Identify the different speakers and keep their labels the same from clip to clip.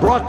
Speaker 1: brought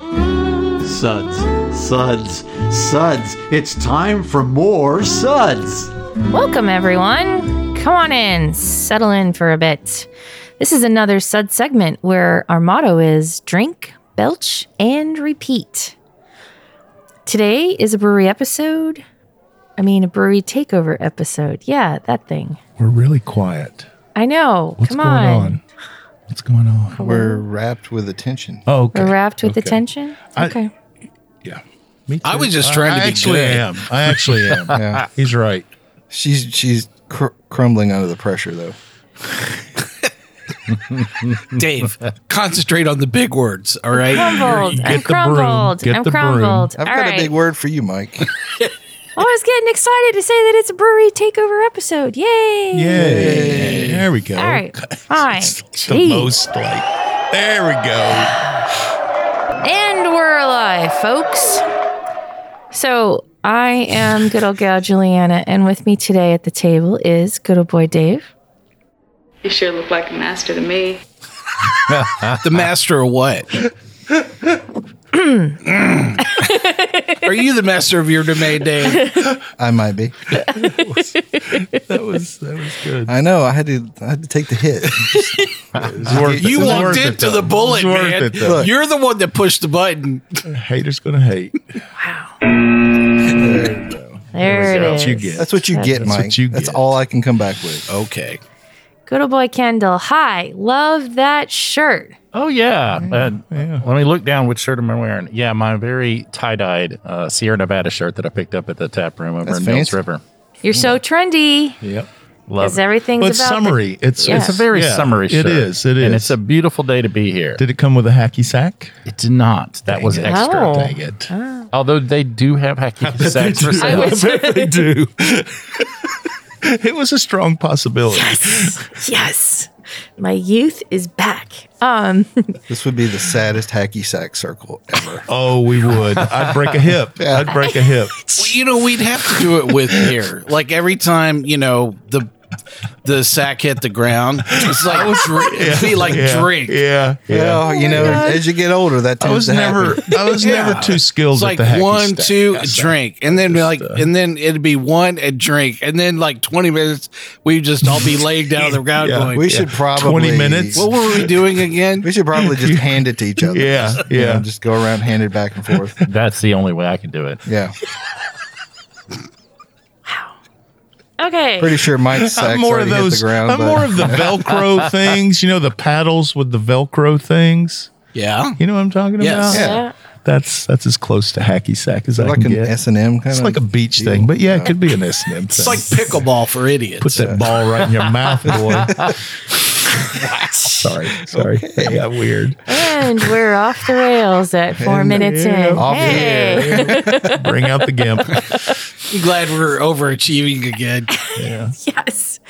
Speaker 1: Suds, suds, suds. It's time for more suds.
Speaker 2: Welcome, everyone. Come on in, settle in for a bit. This is another Sud segment where our motto is drink, belch, and repeat. Today is a brewery episode. I mean, a brewery takeover episode. Yeah, that thing.
Speaker 3: We're really quiet.
Speaker 2: I know.
Speaker 3: What's
Speaker 2: Come
Speaker 3: going
Speaker 2: on.
Speaker 3: on. What's going on?
Speaker 4: We're wrapped with attention.
Speaker 3: Oh, okay.
Speaker 2: We're wrapped with
Speaker 3: Okay.
Speaker 2: attention.
Speaker 3: I-
Speaker 2: okay.
Speaker 3: Yeah. Me
Speaker 5: I
Speaker 3: too.
Speaker 5: was just trying
Speaker 3: I
Speaker 5: to be
Speaker 3: actually
Speaker 5: good.
Speaker 3: am. I actually am.
Speaker 4: Yeah.
Speaker 3: He's right.
Speaker 4: She's she's cr- crumbling under the pressure though.
Speaker 5: Dave, concentrate on the big words, all right?
Speaker 2: Crumbled.
Speaker 3: get
Speaker 2: I'm
Speaker 3: the broom,
Speaker 2: crumbled.
Speaker 3: get
Speaker 2: I'm
Speaker 3: the broom.
Speaker 2: crumbled.
Speaker 4: I've
Speaker 2: All
Speaker 4: got
Speaker 2: right. Oh,
Speaker 4: a big word for you, Mike.
Speaker 2: I was getting excited to say that it's a brewery takeover episode. Yay.
Speaker 3: Yay. There we go.
Speaker 2: All right. Fine.
Speaker 3: It's the
Speaker 2: Jeez.
Speaker 3: most like. There we go.
Speaker 2: And we're alive, folks. So I am good old gal Juliana, and with me today at the table is good old boy Dave.
Speaker 6: You sure look like a master to me.
Speaker 5: The master of what? Are you the master of your domain, Dave?
Speaker 4: I might be.
Speaker 3: That was that was good.
Speaker 4: I know. I had to. I had to take the hit.
Speaker 5: You walked
Speaker 3: it,
Speaker 5: into
Speaker 3: though.
Speaker 5: the bullet,
Speaker 3: It's worth
Speaker 5: man.
Speaker 3: it, though.
Speaker 5: You're the one that pushed the button.
Speaker 3: Haters gonna hate.
Speaker 2: There it
Speaker 3: That's
Speaker 2: is.
Speaker 3: what you get.
Speaker 4: That's what you get,
Speaker 3: what
Speaker 4: Mike.
Speaker 3: you
Speaker 4: That's
Speaker 3: get.
Speaker 4: all I can come back with. Oh,
Speaker 5: Okay.
Speaker 2: Good old boy Kendall. Hi. Love that shirt.
Speaker 7: Oh yeah. Uh,
Speaker 3: Yeah.
Speaker 7: Let me look down which shirt am I wearing. Yeah, my very tie-dyed uh, Sierra Nevada shirt that I picked up at the tap room over
Speaker 4: That's
Speaker 7: in
Speaker 4: fancy.
Speaker 7: Mills River.
Speaker 2: You're so trendy.
Speaker 3: Yep.
Speaker 7: Love
Speaker 2: Because
Speaker 7: it.
Speaker 2: everything's about
Speaker 3: But
Speaker 2: the-
Speaker 3: summary. It's
Speaker 2: Yeah.
Speaker 7: It's a very
Speaker 3: yeah,
Speaker 7: summery
Speaker 3: It
Speaker 7: shirt.
Speaker 3: is. It is.
Speaker 7: And it's a beautiful day to be here.
Speaker 3: Did it come with a hacky sack?
Speaker 7: It did not. That was
Speaker 3: it.
Speaker 7: extra.
Speaker 2: Oh.
Speaker 3: Dang it.
Speaker 7: Although they do have hacky sacks for
Speaker 2: I
Speaker 7: sale.
Speaker 2: was-
Speaker 3: they do. it was a strong possibility.
Speaker 2: yes. My youth is back. Um,
Speaker 4: This would be the saddest hacky sack circle ever.
Speaker 3: Oh, we would. I'd break a hip. I'd break a hip.
Speaker 5: Well, you know, we'd have to do it with here. Like every time, you know, the the sack hit the ground, it's like drink, it'd be like
Speaker 3: yeah,
Speaker 5: drink.
Speaker 3: Yeah. Yeah. Oh,
Speaker 4: Well, Oh, you know, as you get older, that
Speaker 3: I
Speaker 4: tends
Speaker 3: was
Speaker 4: to happen.
Speaker 3: never I was never too skilled
Speaker 5: It's like
Speaker 3: at the hacky
Speaker 5: one,
Speaker 3: sack.
Speaker 5: two,
Speaker 3: Yeah, so-
Speaker 5: drink, and then be like,
Speaker 3: uh,
Speaker 5: and then it'd be one and drink, and then like twenty minutes, we just all be laying down on the ground
Speaker 3: Yeah.
Speaker 5: going,
Speaker 4: We should probably
Speaker 3: 20 minutes.
Speaker 5: "What were we doing again?"
Speaker 4: We should probably just hand it to each other.
Speaker 3: Yeah,
Speaker 4: You know,
Speaker 3: yeah.
Speaker 4: just go around, hand it back and forth.
Speaker 7: That's the only way I can do it.
Speaker 4: Yeah.
Speaker 2: okay.
Speaker 4: Pretty sure Mike's sack's
Speaker 3: I'm more of
Speaker 4: already hit
Speaker 3: those
Speaker 4: the ground.
Speaker 3: I'm
Speaker 4: but-
Speaker 3: more of the velcro things, you know, the paddles with the velcro things.
Speaker 5: Yeah,
Speaker 3: You know what I'm talking
Speaker 5: Yes.
Speaker 3: about?
Speaker 4: Yeah.
Speaker 2: yeah.
Speaker 3: That's that's as close to hacky sack as I
Speaker 4: like
Speaker 3: can
Speaker 4: an
Speaker 3: get.
Speaker 4: S and M kind
Speaker 3: it's
Speaker 4: of.
Speaker 3: like a beach thing, but yeah, it could be an S&M
Speaker 5: it's
Speaker 3: thing.
Speaker 5: like pickleball for idiots.
Speaker 3: Put that ball right in your mouth, boy. sorry, sorry. That got weird.
Speaker 2: And we're off the rails at four minutes in.
Speaker 4: Off the
Speaker 2: Hey.
Speaker 3: Bring out the gimp.
Speaker 5: I'm glad we're overachieving again.
Speaker 2: Yes.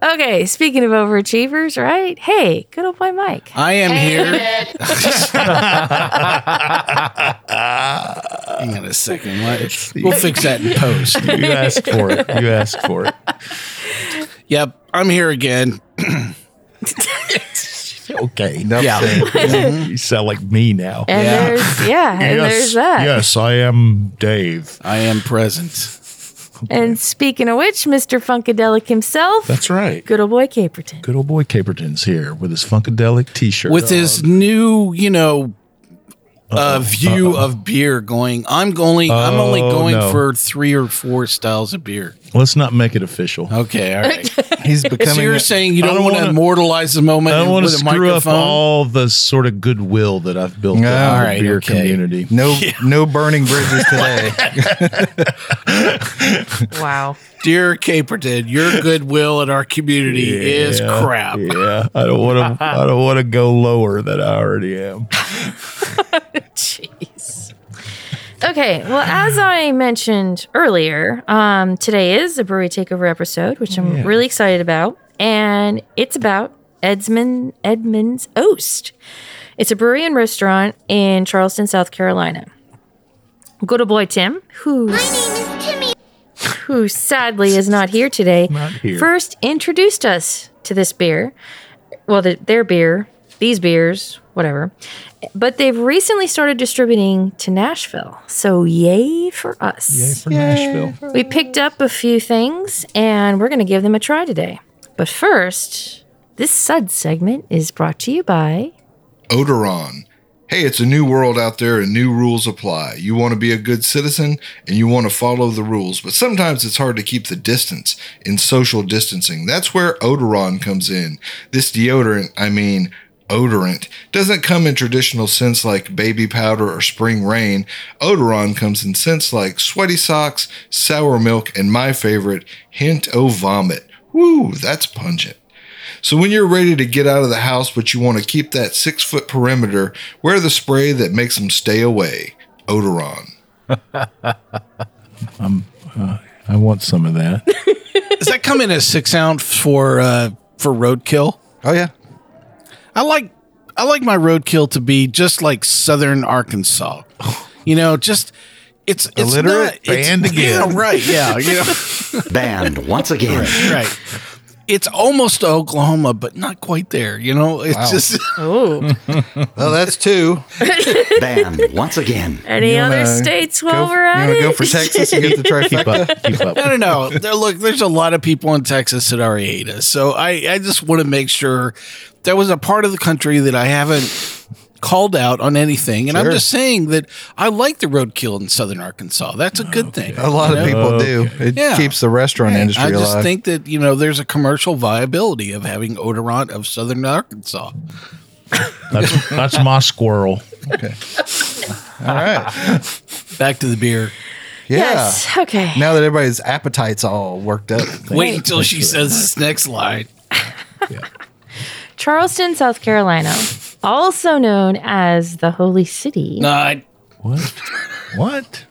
Speaker 2: Okay. Speaking of overachievers, right? Hey, good old boy Mike.
Speaker 5: I am here. Hang on a second. What? We'll fix that in post.
Speaker 3: You asked for it. You asked for it.
Speaker 5: Yep, I'm here again.
Speaker 3: Okay.
Speaker 4: Enough
Speaker 5: Yeah.
Speaker 4: said.
Speaker 3: You sound like me now.
Speaker 2: And
Speaker 5: Yeah.
Speaker 2: there's yeah, and there's that.
Speaker 3: Yes, I am Dave.
Speaker 5: I am present.
Speaker 2: And speaking of which, Mr. Funkadelic himself,
Speaker 3: That's right.
Speaker 2: good old boy Caperton.
Speaker 3: Good old boy Caperton's here with his Funkadelic T-shirt.
Speaker 5: with his new, you know, uh, view of beer going. I'm only I'm only
Speaker 3: Oh,
Speaker 5: going
Speaker 3: no.
Speaker 5: for three or four styles of beer.
Speaker 3: on. Let's not make it official.
Speaker 5: Okay, all right.
Speaker 4: He's becoming.
Speaker 5: so you're saying you
Speaker 3: I
Speaker 5: don't,
Speaker 3: don't
Speaker 5: want to
Speaker 3: wanna-
Speaker 5: immortalize the moment
Speaker 3: I don't want
Speaker 5: with
Speaker 3: to
Speaker 5: a
Speaker 3: screw up
Speaker 5: microphone?
Speaker 3: all the sort of goodwill that I've built
Speaker 4: No.
Speaker 3: up
Speaker 4: All
Speaker 3: in the
Speaker 5: right,
Speaker 3: beer
Speaker 5: okay.
Speaker 3: community.
Speaker 4: no, no burning bridges today.
Speaker 2: Wow.
Speaker 5: Dear Caperton, your goodwill in our community is crap.
Speaker 3: Yeah, I don't want to. I don't want to go lower than I already am.
Speaker 2: Jeez. Okay, well, as I mentioned earlier, um, today is a brewery takeover episode, which I'm really excited about, and it's about Edsman Edmunds Oast. It's a brewery and restaurant in Charleston, South Carolina. Good old boy Tim, who who sadly is not here today,
Speaker 7: Not here.
Speaker 2: first introduced us to this beer. Well, the, their beer, these beers, whatever. But they've recently started distributing to Nashville. So, yay for us.
Speaker 3: Yay for Nashville.
Speaker 2: We picked up a few things and we're going to give them a try today. But first, this Sud segment is brought to you by
Speaker 8: Odoron. Hey, it's a new world out there and new rules apply. You want to be a good citizen and you want to follow the rules, but sometimes it's hard to keep the distance in social distancing. That's where Odoron comes in. This deodorant, I mean, odorant, doesn't come in traditional scents like baby powder or spring rain. Odoron comes in scents like sweaty socks, sour milk, and my favorite, hint o vomit. Woo, that's pungent. So when you're ready to get out of the house, but you want to keep that six foot perimeter, wear the spray that makes them stay away. Odoron.
Speaker 3: I want some of that.
Speaker 5: Does that come in as six ounce for uh, for roadkill?
Speaker 8: Oh yeah.
Speaker 5: I like I like my roadkill to be just like southern Arkansas. You know, just it's it's
Speaker 3: Illiterate
Speaker 5: not, it's-
Speaker 3: band again.
Speaker 5: Yeah, right. Yeah, you know,
Speaker 1: Banned once again.
Speaker 5: right. It's almost Oklahoma, but not quite there. You know, it's just
Speaker 2: Oh,
Speaker 8: Well, that's two.
Speaker 1: Banned once again.
Speaker 2: any other states while we're at it?
Speaker 8: go for Texas and get the
Speaker 7: Keep
Speaker 8: trifecta.
Speaker 7: up. Keep up.
Speaker 5: I don't know. There, look, there's a lot of people in Texas that already hate us, so I I just want to make sure there was a part of the country that I haven't called out on anything, and I'm
Speaker 8: Sure.
Speaker 5: just saying that I like the roadkill in southern Arkansas. That's a good thing.
Speaker 8: A lot of people do. It
Speaker 5: Yeah.
Speaker 8: keeps the restaurant
Speaker 5: Right.
Speaker 8: industry
Speaker 5: I just
Speaker 8: alive.
Speaker 5: think that you know there's a commercial viability of having odorant of Southern Arkansas.
Speaker 3: That's, that's my squirrel.
Speaker 8: All right.
Speaker 5: Back to the beer.
Speaker 8: Yeah.
Speaker 2: Yes. Okay.
Speaker 8: Now that everybody's appetite's all worked up.
Speaker 5: Wait until she says this next line.
Speaker 2: Charleston, South Carolina, also known as the Holy City.
Speaker 5: No, I,
Speaker 7: What? What?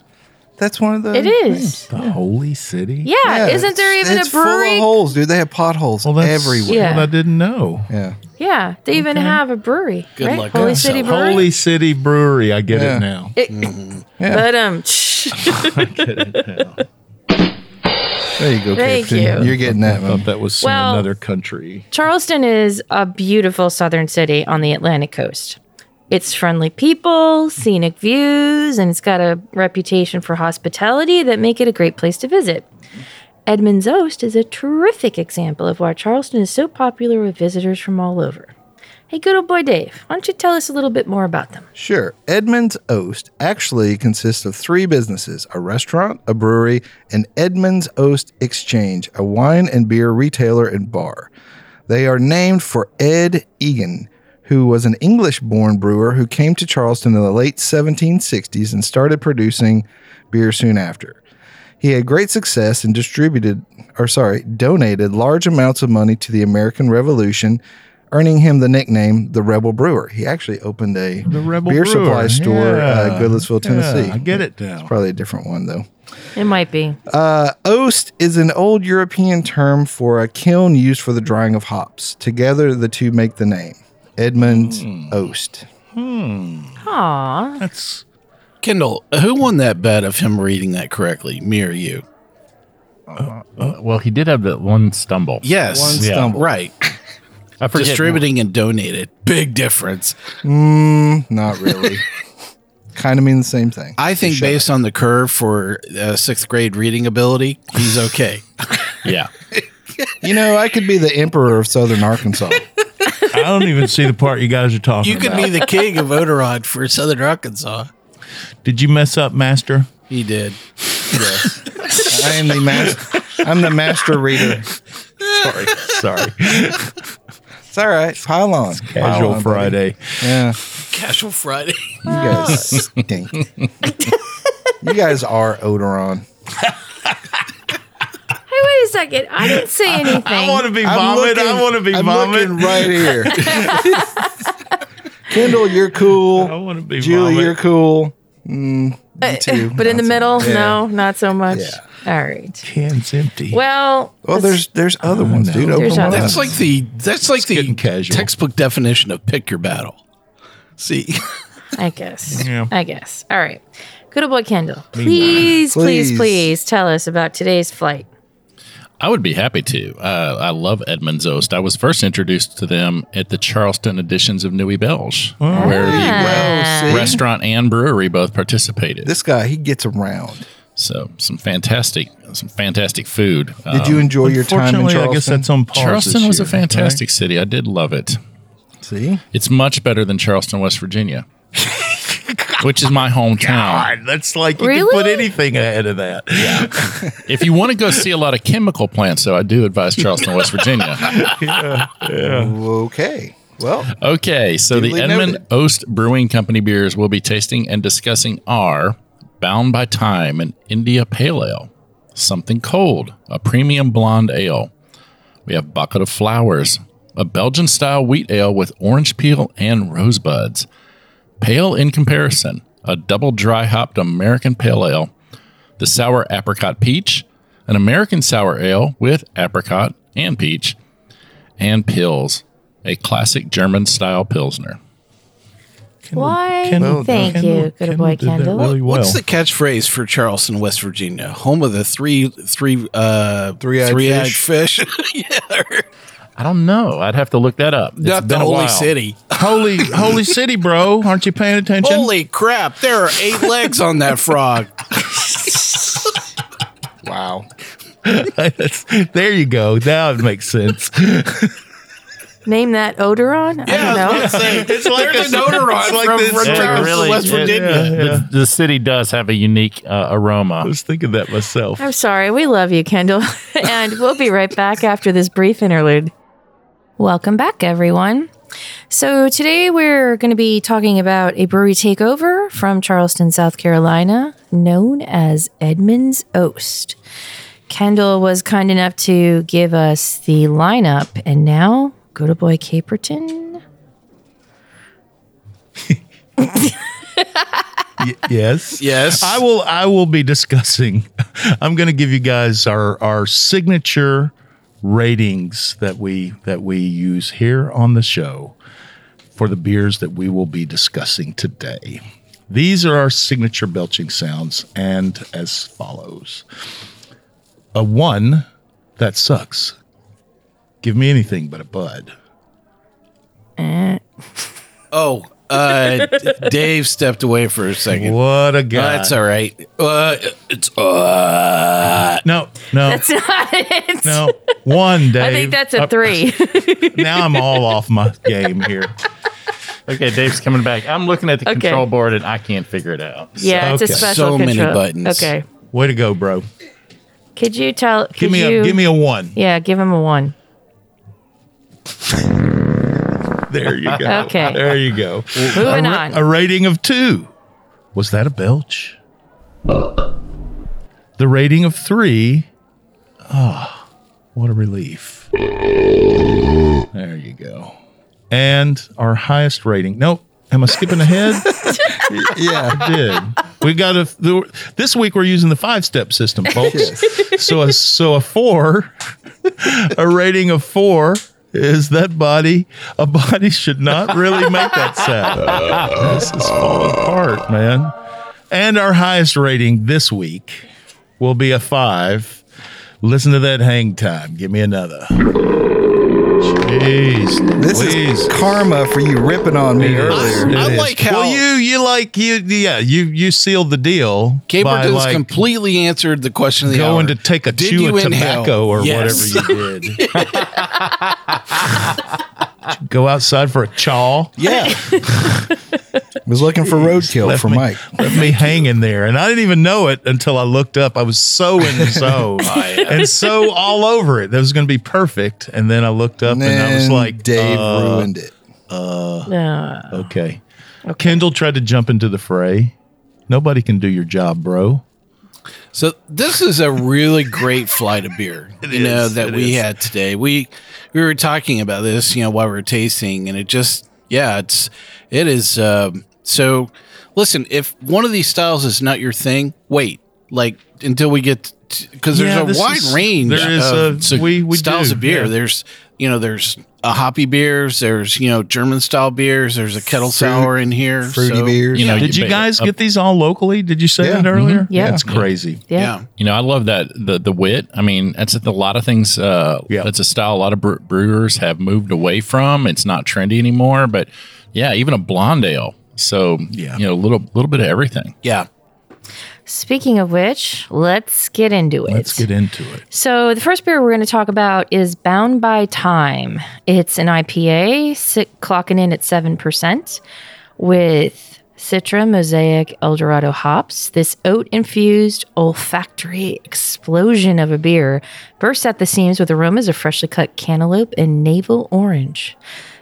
Speaker 8: That's one of the
Speaker 2: It is.
Speaker 7: The holy city?
Speaker 2: Yeah. Isn't there
Speaker 8: it's-
Speaker 2: even a
Speaker 8: it's full of
Speaker 2: brewery?
Speaker 8: holes, dude. They have potholes
Speaker 3: Well, that's
Speaker 8: everywhere.
Speaker 2: Yeah.
Speaker 3: what I didn't know.
Speaker 8: Yeah.
Speaker 2: Yeah. They even have a brewery.
Speaker 5: Good
Speaker 2: right?
Speaker 5: luck
Speaker 2: Holy
Speaker 5: on
Speaker 2: City
Speaker 5: yourself.
Speaker 2: Brewery.
Speaker 3: Holy City Brewery. I get
Speaker 8: Yeah.
Speaker 3: it now.
Speaker 8: Mm. Yeah.
Speaker 2: But um,
Speaker 8: There you go,
Speaker 2: Thank
Speaker 8: Captain.
Speaker 2: you.
Speaker 8: You're getting that
Speaker 3: I thought
Speaker 8: one.
Speaker 3: that was some
Speaker 2: Well-
Speaker 3: another country.
Speaker 2: Charleston is a beautiful southern city on the Atlantic coast. It's friendly people, scenic views, and it's got a reputation for hospitality that make it a great place to visit. Edmunds Oast is a terrific example of why Charleston is so popular with visitors from all over. Hey, good old boy Dave, why don't you tell us a little bit more about them?
Speaker 8: Sure. Edmunds Oast actually consists of three businesses a restaurant, a brewery, and Edmunds Oast Exchange, a wine and beer retailer and bar. They are named for Ed Egan, who was an English born brewer who came to Charleston in the late 1760s and started producing beer soon after. He had great success and distributed, or sorry, donated large amounts of money to the American Revolution, earning him the nickname the Rebel Brewer. He actually opened a
Speaker 3: The Rebel
Speaker 8: beer
Speaker 3: Brewer.
Speaker 8: supply store, uh,
Speaker 3: Yeah.
Speaker 8: Goodlettsville,
Speaker 3: Yeah,
Speaker 8: Tennessee.
Speaker 3: I get it now.
Speaker 8: Probably a different one though.
Speaker 2: It might be.
Speaker 8: Uh, oast is an old European term for a kiln used for the drying of hops. Together, the two make the name Edmunds
Speaker 3: Hmm.
Speaker 8: Oast.
Speaker 2: Aw.
Speaker 3: That's
Speaker 5: Kendall, who won that bet of him reading that correctly? Me or you?
Speaker 7: Uh, well, he did have that one stumble.
Speaker 5: Yes.
Speaker 8: One
Speaker 7: Yeah.
Speaker 8: stumble.
Speaker 5: Right.
Speaker 7: I forget.
Speaker 5: Distributing and donated. Big difference.
Speaker 8: Mm, not really. kind of mean the same thing.
Speaker 5: I think based on the curve for uh, sixth grade reading ability, he's okay.
Speaker 7: Yeah.
Speaker 8: you know, I could be the emperor of Southern Arkansas.
Speaker 3: I don't even see the part you guys are talking
Speaker 5: you could
Speaker 3: about.
Speaker 5: be the king of Odorod for Southern Arkansas.
Speaker 3: Did you mess up, Master?
Speaker 5: He did.
Speaker 8: I am the master. I'm the master reader.
Speaker 3: Sorry. Sorry.
Speaker 8: It's all right. Pile on. Pile
Speaker 3: Casual
Speaker 8: on, buddy.
Speaker 3: Friday.
Speaker 8: Yeah,
Speaker 5: Casual Friday.
Speaker 8: you guys stink. you guys are Odoron.
Speaker 2: Hey, wait a second. I didn't say anything.
Speaker 3: I want to be vomit. I want to be
Speaker 8: I'm
Speaker 3: vomit.
Speaker 8: looking right here.
Speaker 4: Kendall, you're cool.
Speaker 3: I wanna be
Speaker 4: Julie,
Speaker 3: vomit.
Speaker 4: you're cool. Mm,
Speaker 2: But,
Speaker 4: too.
Speaker 2: Uh, but in
Speaker 4: Not
Speaker 2: the
Speaker 4: so
Speaker 2: middle,
Speaker 4: much. Yeah.
Speaker 2: no, not so much.
Speaker 4: Yeah.
Speaker 2: All right.
Speaker 3: Can's empty.
Speaker 2: Well,
Speaker 4: Oh, there's there's other ones, dude. Open
Speaker 2: There's
Speaker 4: them
Speaker 2: other
Speaker 4: up.
Speaker 5: That's like the that's like the
Speaker 7: getting casual.
Speaker 5: textbook definition of pick your battle. See,
Speaker 2: I guess.
Speaker 3: Yeah.
Speaker 2: I guess. All right. Good old boy Kendall. Please, please,
Speaker 4: Please.
Speaker 2: please tell us about today's flight.
Speaker 7: I would be happy to. Uh, I love Edmund Zost. I was first introduced to them at the Charleston editions of Nui Belge,
Speaker 3: Oh,
Speaker 7: where
Speaker 2: Ah.
Speaker 7: the restaurant and brewery both participated.
Speaker 4: This guy, he gets around.
Speaker 7: so some fantastic, some fantastic food. Uh,
Speaker 4: Did you enjoy your time in
Speaker 3: Fortunately,
Speaker 4: Charleston?
Speaker 3: Um, I guess that's on pause.
Speaker 7: Charleston
Speaker 3: this
Speaker 7: was a
Speaker 3: year,
Speaker 7: fantastic city. I did love it.
Speaker 4: See,
Speaker 7: It's much better than Charleston, West Virginia, which is my hometown.
Speaker 3: right? God, that's like you
Speaker 2: Really?
Speaker 3: can put anything ahead of that.
Speaker 7: If you want to go see a lot of chemical plants, though, I do advise Charleston, West Virginia.
Speaker 4: okay. Well,
Speaker 7: Okay, so the
Speaker 4: Duly
Speaker 7: Edmund
Speaker 4: noted.
Speaker 7: Oast Brewing Company beers we'll be tasting and discussing are Bound by Time, an India Pale Ale, Something Cold, a premium blonde ale. We have Bucket of Flowers, a Belgian style wheat ale with orange peel and rosebuds. Pale in comparison, a double dry hopped American Pale Ale, the Sour Apricot Peach, an American Sour Ale with apricot and peach, and Pills, a classic German style Pilsner.
Speaker 3: Kendall-
Speaker 2: Why, thank you, good boy,
Speaker 3: did that
Speaker 2: Kendall.
Speaker 3: Really well.
Speaker 5: what's the catchphrase for Charleston, West Virginia, home of the three three uh
Speaker 4: Three-eyed
Speaker 5: three-eyed fish? yeah,
Speaker 7: I don't know. I'd have to look that up. It's
Speaker 5: not the
Speaker 7: been a
Speaker 5: holy
Speaker 7: while.
Speaker 5: city.
Speaker 3: holy holy city, bro? Aren't you paying attention?
Speaker 5: Holy crap! There are eight legs on that frog.
Speaker 4: wow.
Speaker 3: That's- there you go. Now it makes sense.
Speaker 2: Name that Odoron? I don't know.
Speaker 5: it's
Speaker 3: like
Speaker 5: there's
Speaker 3: a-
Speaker 5: an odorant
Speaker 3: it's like
Speaker 5: from,
Speaker 3: this-
Speaker 5: from
Speaker 3: Yeah,
Speaker 5: Charleston,
Speaker 7: really,
Speaker 5: West
Speaker 7: it-
Speaker 5: Virginia.
Speaker 3: Oh,
Speaker 7: The, the city does have a unique uh,
Speaker 3: I
Speaker 7: aroma.
Speaker 3: was thinking that myself.
Speaker 2: I'm sorry. We love you, Kendall. and we'll be right back after this brief interlude. Welcome back, everyone. So, today we're going to be talking about a brewery takeover from Charleston, South Carolina, known as Edmunds Oast. Kendall was kind enough to give us the lineup, and now go to boy Caperton.
Speaker 3: yes.
Speaker 5: Yes,
Speaker 3: I will I will be discussing I'm going to give you guys our our signature ratings that we that we use here on the show for the beers that we will be discussing today. These are our signature belching sounds and as follows. A 1 that sucks. Give me anything but a bud.
Speaker 5: Oh, uh, Dave stepped away for a second.
Speaker 3: What a
Speaker 5: Uh,
Speaker 3: guy.
Speaker 5: that's all right. Uh, it's uh,
Speaker 3: No, no.
Speaker 2: That's not it.
Speaker 3: no. One, Dave.
Speaker 2: I think that's a
Speaker 3: Up-
Speaker 2: three.
Speaker 3: Now I'm all off my game here.
Speaker 7: Okay, Dave's coming back. I'm looking at the
Speaker 2: Okay.
Speaker 7: control board and I can't figure it out.
Speaker 2: yeah, it's a
Speaker 3: Okay.
Speaker 2: special
Speaker 5: So many
Speaker 2: control.
Speaker 5: buttons.
Speaker 2: Okay.
Speaker 3: Way to go, bro.
Speaker 2: Could you tell? Could
Speaker 3: Give me
Speaker 2: you,
Speaker 3: a give me a one.
Speaker 2: Yeah, give him a one.
Speaker 3: There you go.
Speaker 2: Okay.
Speaker 3: There you go.
Speaker 2: Moving
Speaker 3: a, ra-
Speaker 2: on.
Speaker 3: a rating of two. Was that a belch? The rating of three. Ah, what a relief. There you go. And our highest rating. Nope. Am I skipping ahead?
Speaker 4: Yeah.
Speaker 3: I did. We got a the, this week. We're using the five step system, folks. So a so a four, a rating of four is that body. A body should not really make that sound. this is falling apart, man. And our highest rating this week will be a five. Listen to that hang time. Give me another. Jeez,
Speaker 4: This
Speaker 3: Louise.
Speaker 4: is karma for you ripping on me earlier.
Speaker 5: I
Speaker 3: It is.
Speaker 5: like how-
Speaker 3: well you you like you yeah you you sealed the deal by
Speaker 5: Caperton's
Speaker 3: like
Speaker 5: completely answered the question of the
Speaker 3: going to
Speaker 5: hour.
Speaker 3: take a
Speaker 5: Did
Speaker 3: chew
Speaker 5: you
Speaker 3: of
Speaker 5: inhale?
Speaker 3: tobacco or
Speaker 5: Yes.
Speaker 3: whatever you did. Go outside for a chaw.
Speaker 4: Yeah. was looking for roadkill for
Speaker 3: me,
Speaker 4: Mike.
Speaker 3: Left me hanging there, and I didn't even know it until I looked up. I was so in the zone and so all over it. That was going to be perfect, and then I looked up and, I was
Speaker 4: Then
Speaker 3: like,
Speaker 4: Dave
Speaker 3: uh,
Speaker 4: ruined it.
Speaker 2: Uh,
Speaker 3: Okay. Kendall tried to jump into the fray. Nobody can do your job, bro.
Speaker 5: So this is a really great flight of beer, you know, that we had today. We we were talking about this, you know, while we were tasting, and it just yeah, it's it is. Um, so, listen, if one of these styles is not your thing, wait, like until we get because
Speaker 3: Yeah,
Speaker 5: there's
Speaker 3: this
Speaker 5: a wide
Speaker 3: is-
Speaker 5: range.
Speaker 3: there is
Speaker 5: of
Speaker 3: a- so we- we
Speaker 5: styles
Speaker 3: do,
Speaker 5: of beer.
Speaker 3: yeah.
Speaker 5: There's you know there's a hoppy beers. There's you know German style beers. There's a kettle sour in here.
Speaker 4: Fruity
Speaker 5: so-
Speaker 4: beers.
Speaker 7: You know,
Speaker 3: Did Oh, you
Speaker 7: ba-
Speaker 3: guys
Speaker 7: a-
Speaker 3: get these all locally? Did you say
Speaker 4: Yeah.
Speaker 3: that earlier?
Speaker 2: Mm-hmm. Yeah.
Speaker 3: That's crazy.
Speaker 5: Yeah.
Speaker 7: You know, I love that the the wit. I mean, that's a lot of things. Uh,
Speaker 3: Yeah.
Speaker 7: that's a style a lot of bre- brewers have moved away from. It's not trendy anymore. But yeah, even a blonde ale. So
Speaker 3: Yeah.
Speaker 7: you know, a little little bit of everything.
Speaker 5: yeah.
Speaker 2: Speaking of which, let's get into it.
Speaker 3: Let's get into it.
Speaker 2: So, the first beer we're going to talk about is Bound by Time. It's an IPA, si- clocking in at 7%, with Citra, Mosaic, Eldorado hops. This oat infused olfactory explosion of a beer bursts at the seams with aromas of freshly cut cantaloupe and navel orange.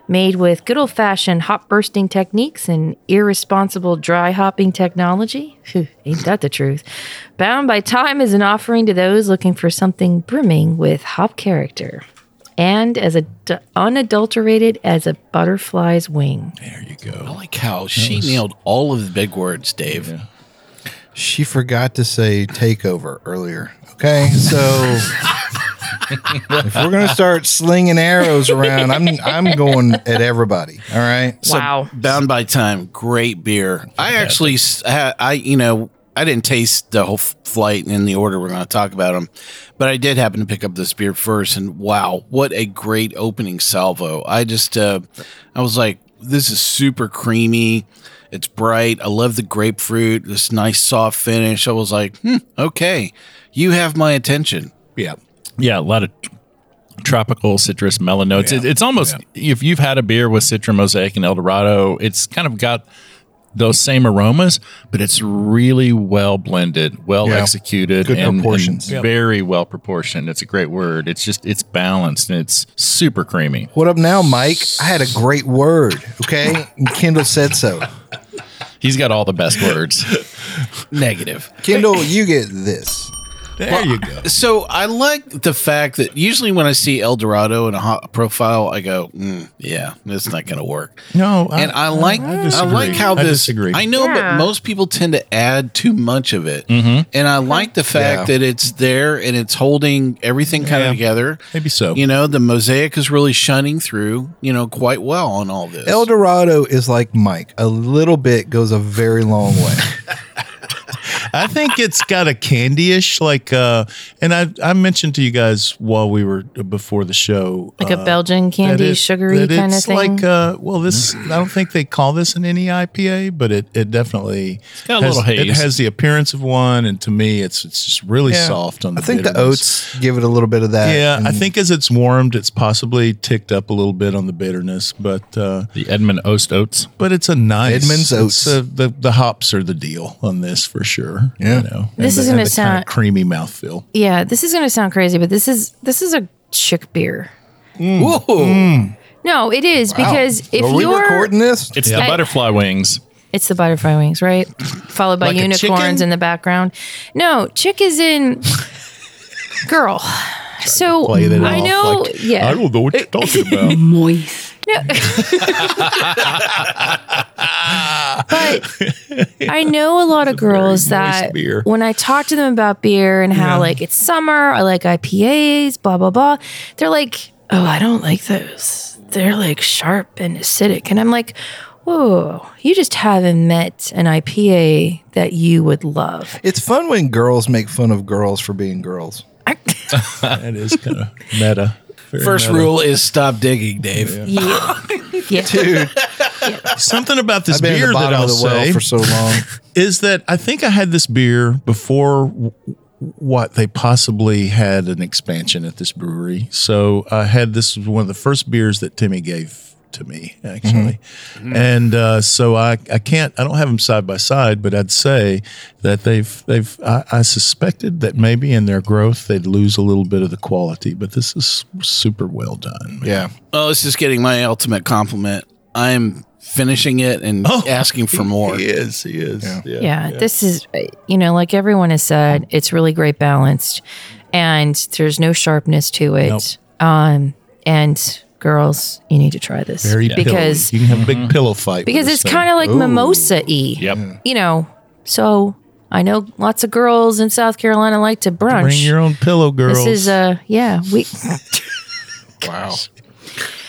Speaker 2: Made with good old fashioned hop bursting techniques and irresponsible dry hopping technology? Phew, ain't that the truth? Bound by Time is an offering to those looking for something brimming with hop character and as ad- unadulterated as a butterfly's wing.
Speaker 7: There you go.
Speaker 5: I like how she nailed all of the big words, Dave.
Speaker 8: She forgot to say takeover earlier. Okay, so if we're gonna start slinging arrows around, I'm I'm going at everybody. All right.
Speaker 2: wow.
Speaker 5: Bound by Time, great beer. I actually, s- ha- I you know, I didn't taste the whole f- flight in the order we're going to talk about them, but I did happen to pick up this beer first, and wow, what a great opening salvo! I just, uh, I was like, this is super creamy. It's bright. I love the grapefruit. This nice soft finish. I was like, hmm, okay, you have my attention.
Speaker 3: Yeah.
Speaker 7: Yeah, a lot of tropical citrus melon notes. It, it's almost if you've had a beer with Citra Mosaic and El Dorado, it's kind of got those same aromas, but it's really well blended, well
Speaker 8: Yeah.
Speaker 7: executed,
Speaker 8: Good
Speaker 7: and, and
Speaker 8: proportions.
Speaker 7: very well proportioned. It's a great word. It's just it's balanced and it's super creamy.
Speaker 8: What up now, Mike? I had a great word. Okay, and Kendall said so.
Speaker 7: He's got all the best words.
Speaker 5: Negative.
Speaker 8: Kendall, you get this.
Speaker 3: There you go.
Speaker 5: So I like the fact that usually when I see El Dorado in a hot profile, I go, mm, "Yeah, it's not going to work."
Speaker 3: No,
Speaker 5: and I like I,
Speaker 3: disagree.
Speaker 5: like how
Speaker 3: I
Speaker 5: this. I,
Speaker 3: disagree.
Speaker 5: know,
Speaker 2: Yeah.
Speaker 5: but most people tend to add too much of it,
Speaker 3: Mm-hmm.
Speaker 5: and I like the fact that it's there and it's holding everything kind
Speaker 3: Yeah.
Speaker 5: of together.
Speaker 3: Maybe so.
Speaker 5: You know, the mosaic is really shining through. You know, quite well on all this.
Speaker 8: El Dorado is like Mike. A little bit goes a very long way.
Speaker 3: I think it's got a candyish like uh and I I mentioned to you guys while we were uh, before the show
Speaker 2: Like a
Speaker 3: uh,
Speaker 2: Belgian candy,
Speaker 3: that it-
Speaker 2: sugary
Speaker 3: that
Speaker 2: kind of
Speaker 3: it's
Speaker 2: thing.
Speaker 3: Like uh well this I don't think they call this an E any IPA but it it definitely
Speaker 7: got a
Speaker 3: has,
Speaker 7: little
Speaker 3: it
Speaker 7: haze.
Speaker 3: has the appearance of one and to me it's it's just really
Speaker 8: Yeah.
Speaker 3: soft on
Speaker 8: I
Speaker 3: the
Speaker 8: think the
Speaker 3: bitterness.
Speaker 8: oats give it a little bit of that.
Speaker 3: Yeah, I
Speaker 8: and-
Speaker 3: think as it's warmed it's possibly ticked up a little bit on the bitterness but uh
Speaker 7: the Edmund Oast Oats.
Speaker 3: but it's a nice
Speaker 8: Edmund's
Speaker 3: it's
Speaker 8: oats.
Speaker 3: a- the the hops are the deal on this for sure.
Speaker 8: Yeah.
Speaker 3: know.
Speaker 2: This
Speaker 3: And the-
Speaker 2: is gonna
Speaker 3: and the kinda
Speaker 2: sound-
Speaker 3: creamy mouthfeel.
Speaker 2: yeah, this is going to sound crazy, but this is this is a chick beer.
Speaker 3: Mm.
Speaker 5: Whoa.
Speaker 2: No, it is because if
Speaker 8: Are we
Speaker 2: you're
Speaker 8: recording this?
Speaker 7: It's
Speaker 2: Yeah.
Speaker 7: the butterfly wings.
Speaker 2: It's the butterfly wings, right? Followed by
Speaker 5: Like a
Speaker 2: unicorns
Speaker 5: chicken?
Speaker 2: in the background. No, chick is in girl. So
Speaker 3: play that
Speaker 2: I
Speaker 3: off
Speaker 2: know,
Speaker 3: like,
Speaker 2: yeah.
Speaker 3: know what you're talking about.
Speaker 2: but I know a lot of girls that
Speaker 3: beer.
Speaker 2: when I talk to them about beer and how like it's summer, I like IPAs, blah blah blah. They're like, oh, I don't like those. They're like sharp and acidic, and I'm like, whoa, you just haven't met an IPA that you would love.
Speaker 8: It's fun when girls make fun of girls for being girls.
Speaker 3: that is kind of meta. Very
Speaker 5: First
Speaker 3: meta.
Speaker 5: rule is stop digging, Dave.
Speaker 2: yeah, yeah.
Speaker 3: Something about this
Speaker 8: I've been at
Speaker 3: beer
Speaker 8: the
Speaker 3: that
Speaker 8: bottom
Speaker 3: I'll
Speaker 8: of the well
Speaker 3: say
Speaker 8: for so long.
Speaker 3: is that I think I had this beer before w- what they possibly had an expansion at this brewery. So I had this was one of the first beers that Timmy gave to me actually, and uh, so I I can't I don't have them side by side, but I'd say that they've they've I, I suspected that maybe in their growth they'd lose a little bit of the quality, but this is super well done.
Speaker 8: yeah.
Speaker 5: Oh, this is getting my ultimate compliment. I'm finishing it and
Speaker 3: Oh.
Speaker 5: asking for more.
Speaker 3: is. He is. Yeah.
Speaker 2: yeah, this is uh, you know like everyone has said it's really great balanced and there's no sharpness to it um and girls, you need to try this
Speaker 3: Very pillowy.
Speaker 2: because
Speaker 3: you can have a big pillow fight.
Speaker 2: because it's kind of like mimosa y.
Speaker 7: Yep.
Speaker 2: You know, so I know lots of girls in South Carolina like to brunch.
Speaker 3: bring your own pillow, girls.
Speaker 2: This is uh yeah, we
Speaker 3: wow.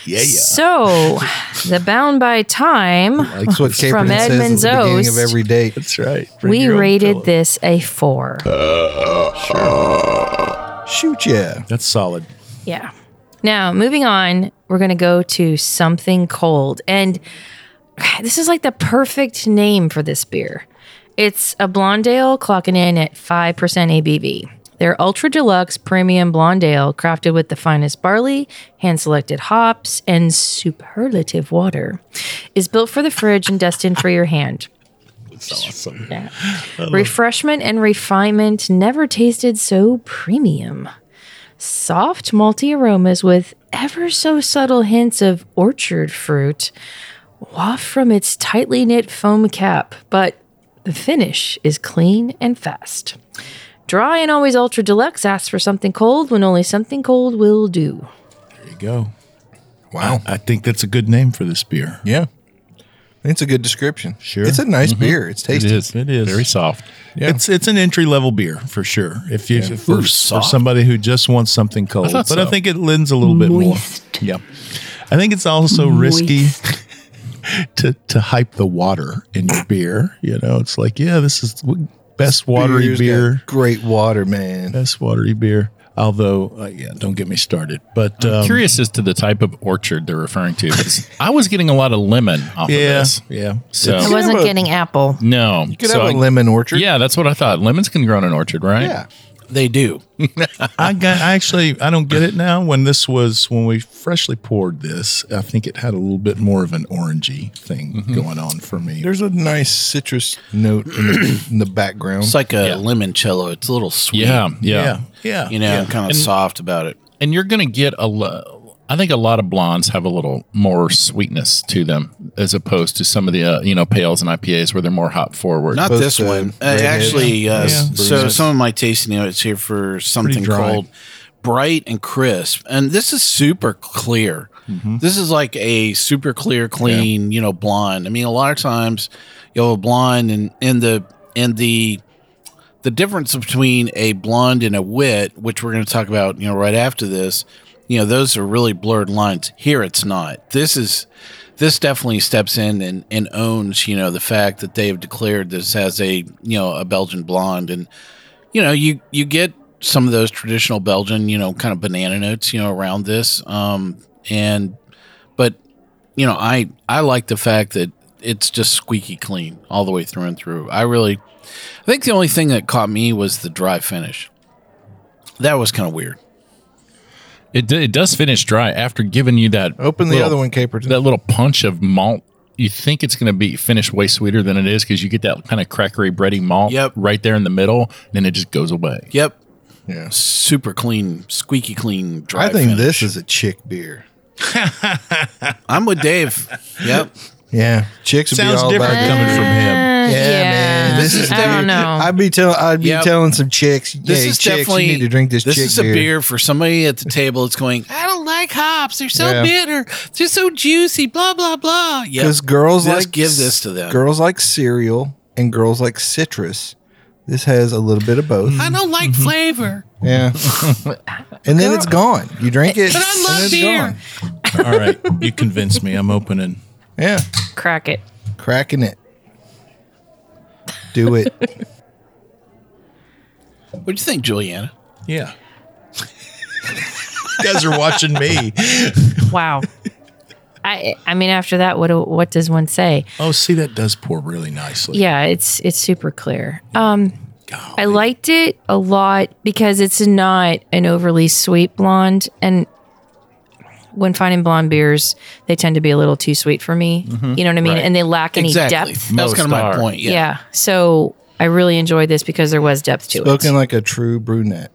Speaker 3: Yeah, yeah.
Speaker 2: So the bound by time
Speaker 8: That's what Caperton
Speaker 2: From
Speaker 8: says
Speaker 2: Edmund's
Speaker 8: at the beginning of
Speaker 2: Oast.
Speaker 8: every date.
Speaker 3: That's right. Bring
Speaker 2: we
Speaker 3: your own
Speaker 2: rated
Speaker 3: pillow.
Speaker 2: this a four.
Speaker 8: Shoot yeah.
Speaker 3: That's solid.
Speaker 2: Yeah. Now, moving on, we're going to go to something cold. And this is like the perfect name for this beer. It's a blonde ale clocking in at 5% ABV. They're ultra deluxe premium blonde ale crafted with the finest barley, hand selected hops, and superlative water. Is built for the fridge and destined for your hand. It's awesome. Refreshment and refinement never tasted so premium soft malty aromas with ever so subtle hints of orchard fruit waft from its tightly knit foam cap, but the finish is clean and fast. Dry and always ultra deluxe asks for something cold when only something cold will do.
Speaker 3: There you go.
Speaker 4: Wow.
Speaker 3: I think that's a good name for this beer.
Speaker 8: Yeah. It's a good description.
Speaker 3: Sure.
Speaker 8: It's a nice beer. It's
Speaker 7: It
Speaker 8: tasty.
Speaker 7: is.
Speaker 3: It is.
Speaker 7: Very soft.
Speaker 3: It's it's an entry level beer for sure. If you for, for
Speaker 5: soft.
Speaker 3: somebody who just wants something cold, but
Speaker 7: thought
Speaker 3: I
Speaker 7: so.
Speaker 3: think it lends a little bit more. Yeah, I think it's also risky to to hype the water in your beer. You know, it's like yeah, this is w- best watery
Speaker 8: Beer's got
Speaker 3: beer,
Speaker 8: Great water, man.
Speaker 3: best watery beer. Although, uh, yeah, don't get me started. But
Speaker 7: I'm
Speaker 3: um,
Speaker 7: curious as to the type of orchard they're referring to because I was getting a lot of lemon off of
Speaker 3: yeah,
Speaker 7: this.
Speaker 3: yeah.
Speaker 7: So
Speaker 2: I
Speaker 8: You
Speaker 2: wasn't
Speaker 8: have a-
Speaker 2: getting apple.
Speaker 7: no,
Speaker 8: You could
Speaker 7: So
Speaker 8: have a
Speaker 7: I-
Speaker 8: lemon orchard.
Speaker 7: Yeah, that's what I thought. Lemons can grow in an orchard, right?
Speaker 8: Yeah.
Speaker 5: They do.
Speaker 3: I got I actually I don't get it now. When this was when we freshly poured this, I think it had a little bit more of an orangey thing going on for me.
Speaker 8: Mm-hmm. There's a nice citrus note in the, in the background.
Speaker 5: It's like a limoncello. It's a little sweet.
Speaker 7: Yeah, yeah.
Speaker 3: yeah, yeah,
Speaker 5: You know,
Speaker 3: yeah.
Speaker 5: kind of soft about it.
Speaker 7: And you're going to get a lo- I think a lot of blondes have a little more sweetness to them as opposed to some of the uh, you know pales and IPAs where they're more hop forward.
Speaker 5: Not
Speaker 8: Both,
Speaker 5: this
Speaker 8: uh,
Speaker 5: one. Uh,
Speaker 8: redheads.
Speaker 5: actually, uh, s-
Speaker 3: Yeah.
Speaker 5: so
Speaker 3: Bruises.
Speaker 5: some of my tasting notes here for something
Speaker 3: dry.
Speaker 5: cold, bright and crisp, and this is super clear.
Speaker 3: Mm-hmm.
Speaker 5: This is like a super clear, clean, you know, blonde. I mean, a lot of times you'll have blonde, and in the in the the difference between a blonde and a wit, which we're going to talk about, you know, right after this, you know, those are really blurred lines. Here, it's not. This is, this definitely steps in and, and owns, you know, the fact that they have declared this as a, you know, a Belgian blonde. And, you know, you, you get some of those traditional Belgian, you know, kind of banana notes, you know, around this. Um, and, but, you know, I, I like the fact that it's just squeaky clean all the way through and through. I really, I think the only thing that caught me was the dry finish. That was kind of weird.
Speaker 7: It, d- it does finish dry after giving you that
Speaker 8: Open the
Speaker 7: little-
Speaker 8: other one, Caperton.
Speaker 7: That little punch of malt. You think it's going to be finish way sweeter than it is because you get that kind of crackery bready malt
Speaker 5: Yep.
Speaker 7: right there in the middle, then it just goes away.
Speaker 5: Yep.
Speaker 8: Yeah.
Speaker 5: Super clean, squeaky clean dry.
Speaker 8: I think
Speaker 5: finish.
Speaker 8: this is a chick beer.
Speaker 5: I'm with Dave. yep.
Speaker 8: Yeah. Chicks would be
Speaker 3: Sounds
Speaker 8: all
Speaker 3: different
Speaker 8: about
Speaker 3: coming from him.
Speaker 2: Uh,
Speaker 8: Yeah, man. This is
Speaker 2: I don't know.
Speaker 8: I'd be telling I'd be
Speaker 5: Yep.
Speaker 8: telling some chicks,
Speaker 5: This
Speaker 8: hey,
Speaker 5: is
Speaker 8: chicks,
Speaker 5: definitely
Speaker 8: you need to drink this,
Speaker 5: This
Speaker 8: chick
Speaker 5: is a beer. for somebody at the table that's going, I don't like hops. They're so
Speaker 8: Yeah.
Speaker 5: bitter. They're so juicy. Blah blah blah. Yeah.
Speaker 8: Because girls
Speaker 5: Just
Speaker 8: like
Speaker 5: give this to them.
Speaker 8: Girls like cereal and girls like citrus. This has a little bit of both.
Speaker 5: I don't like
Speaker 3: Mm-hmm.
Speaker 5: flavor.
Speaker 8: Yeah. and then it's gone. You drink it.
Speaker 5: But I
Speaker 8: and
Speaker 5: love
Speaker 8: it's
Speaker 5: beer.
Speaker 8: gone.
Speaker 3: All right, you convinced me. I'm opening.
Speaker 8: Yeah.
Speaker 2: Crack it.
Speaker 8: Cracking it. Do it.
Speaker 5: What do you think, Juliana?
Speaker 3: Yeah, you guys are watching me.
Speaker 2: Wow. I I mean after that what do- what does one say?
Speaker 3: Oh, see, that does pour really nicely.
Speaker 2: Yeah, it's it's super clear. Um I liked it a lot because it's not an overly sweet blonde and when finding blonde beers, they tend to be a little too sweet for me.
Speaker 8: Mm-hmm.
Speaker 2: You know what I mean? And they lack any
Speaker 5: exactly.
Speaker 2: depth.
Speaker 5: That's kind of my
Speaker 7: are.
Speaker 5: point.
Speaker 2: Yeah.
Speaker 5: Yeah.
Speaker 2: So I really enjoyed this because there was depth to
Speaker 8: Spoken
Speaker 2: it.
Speaker 8: like a true brunette.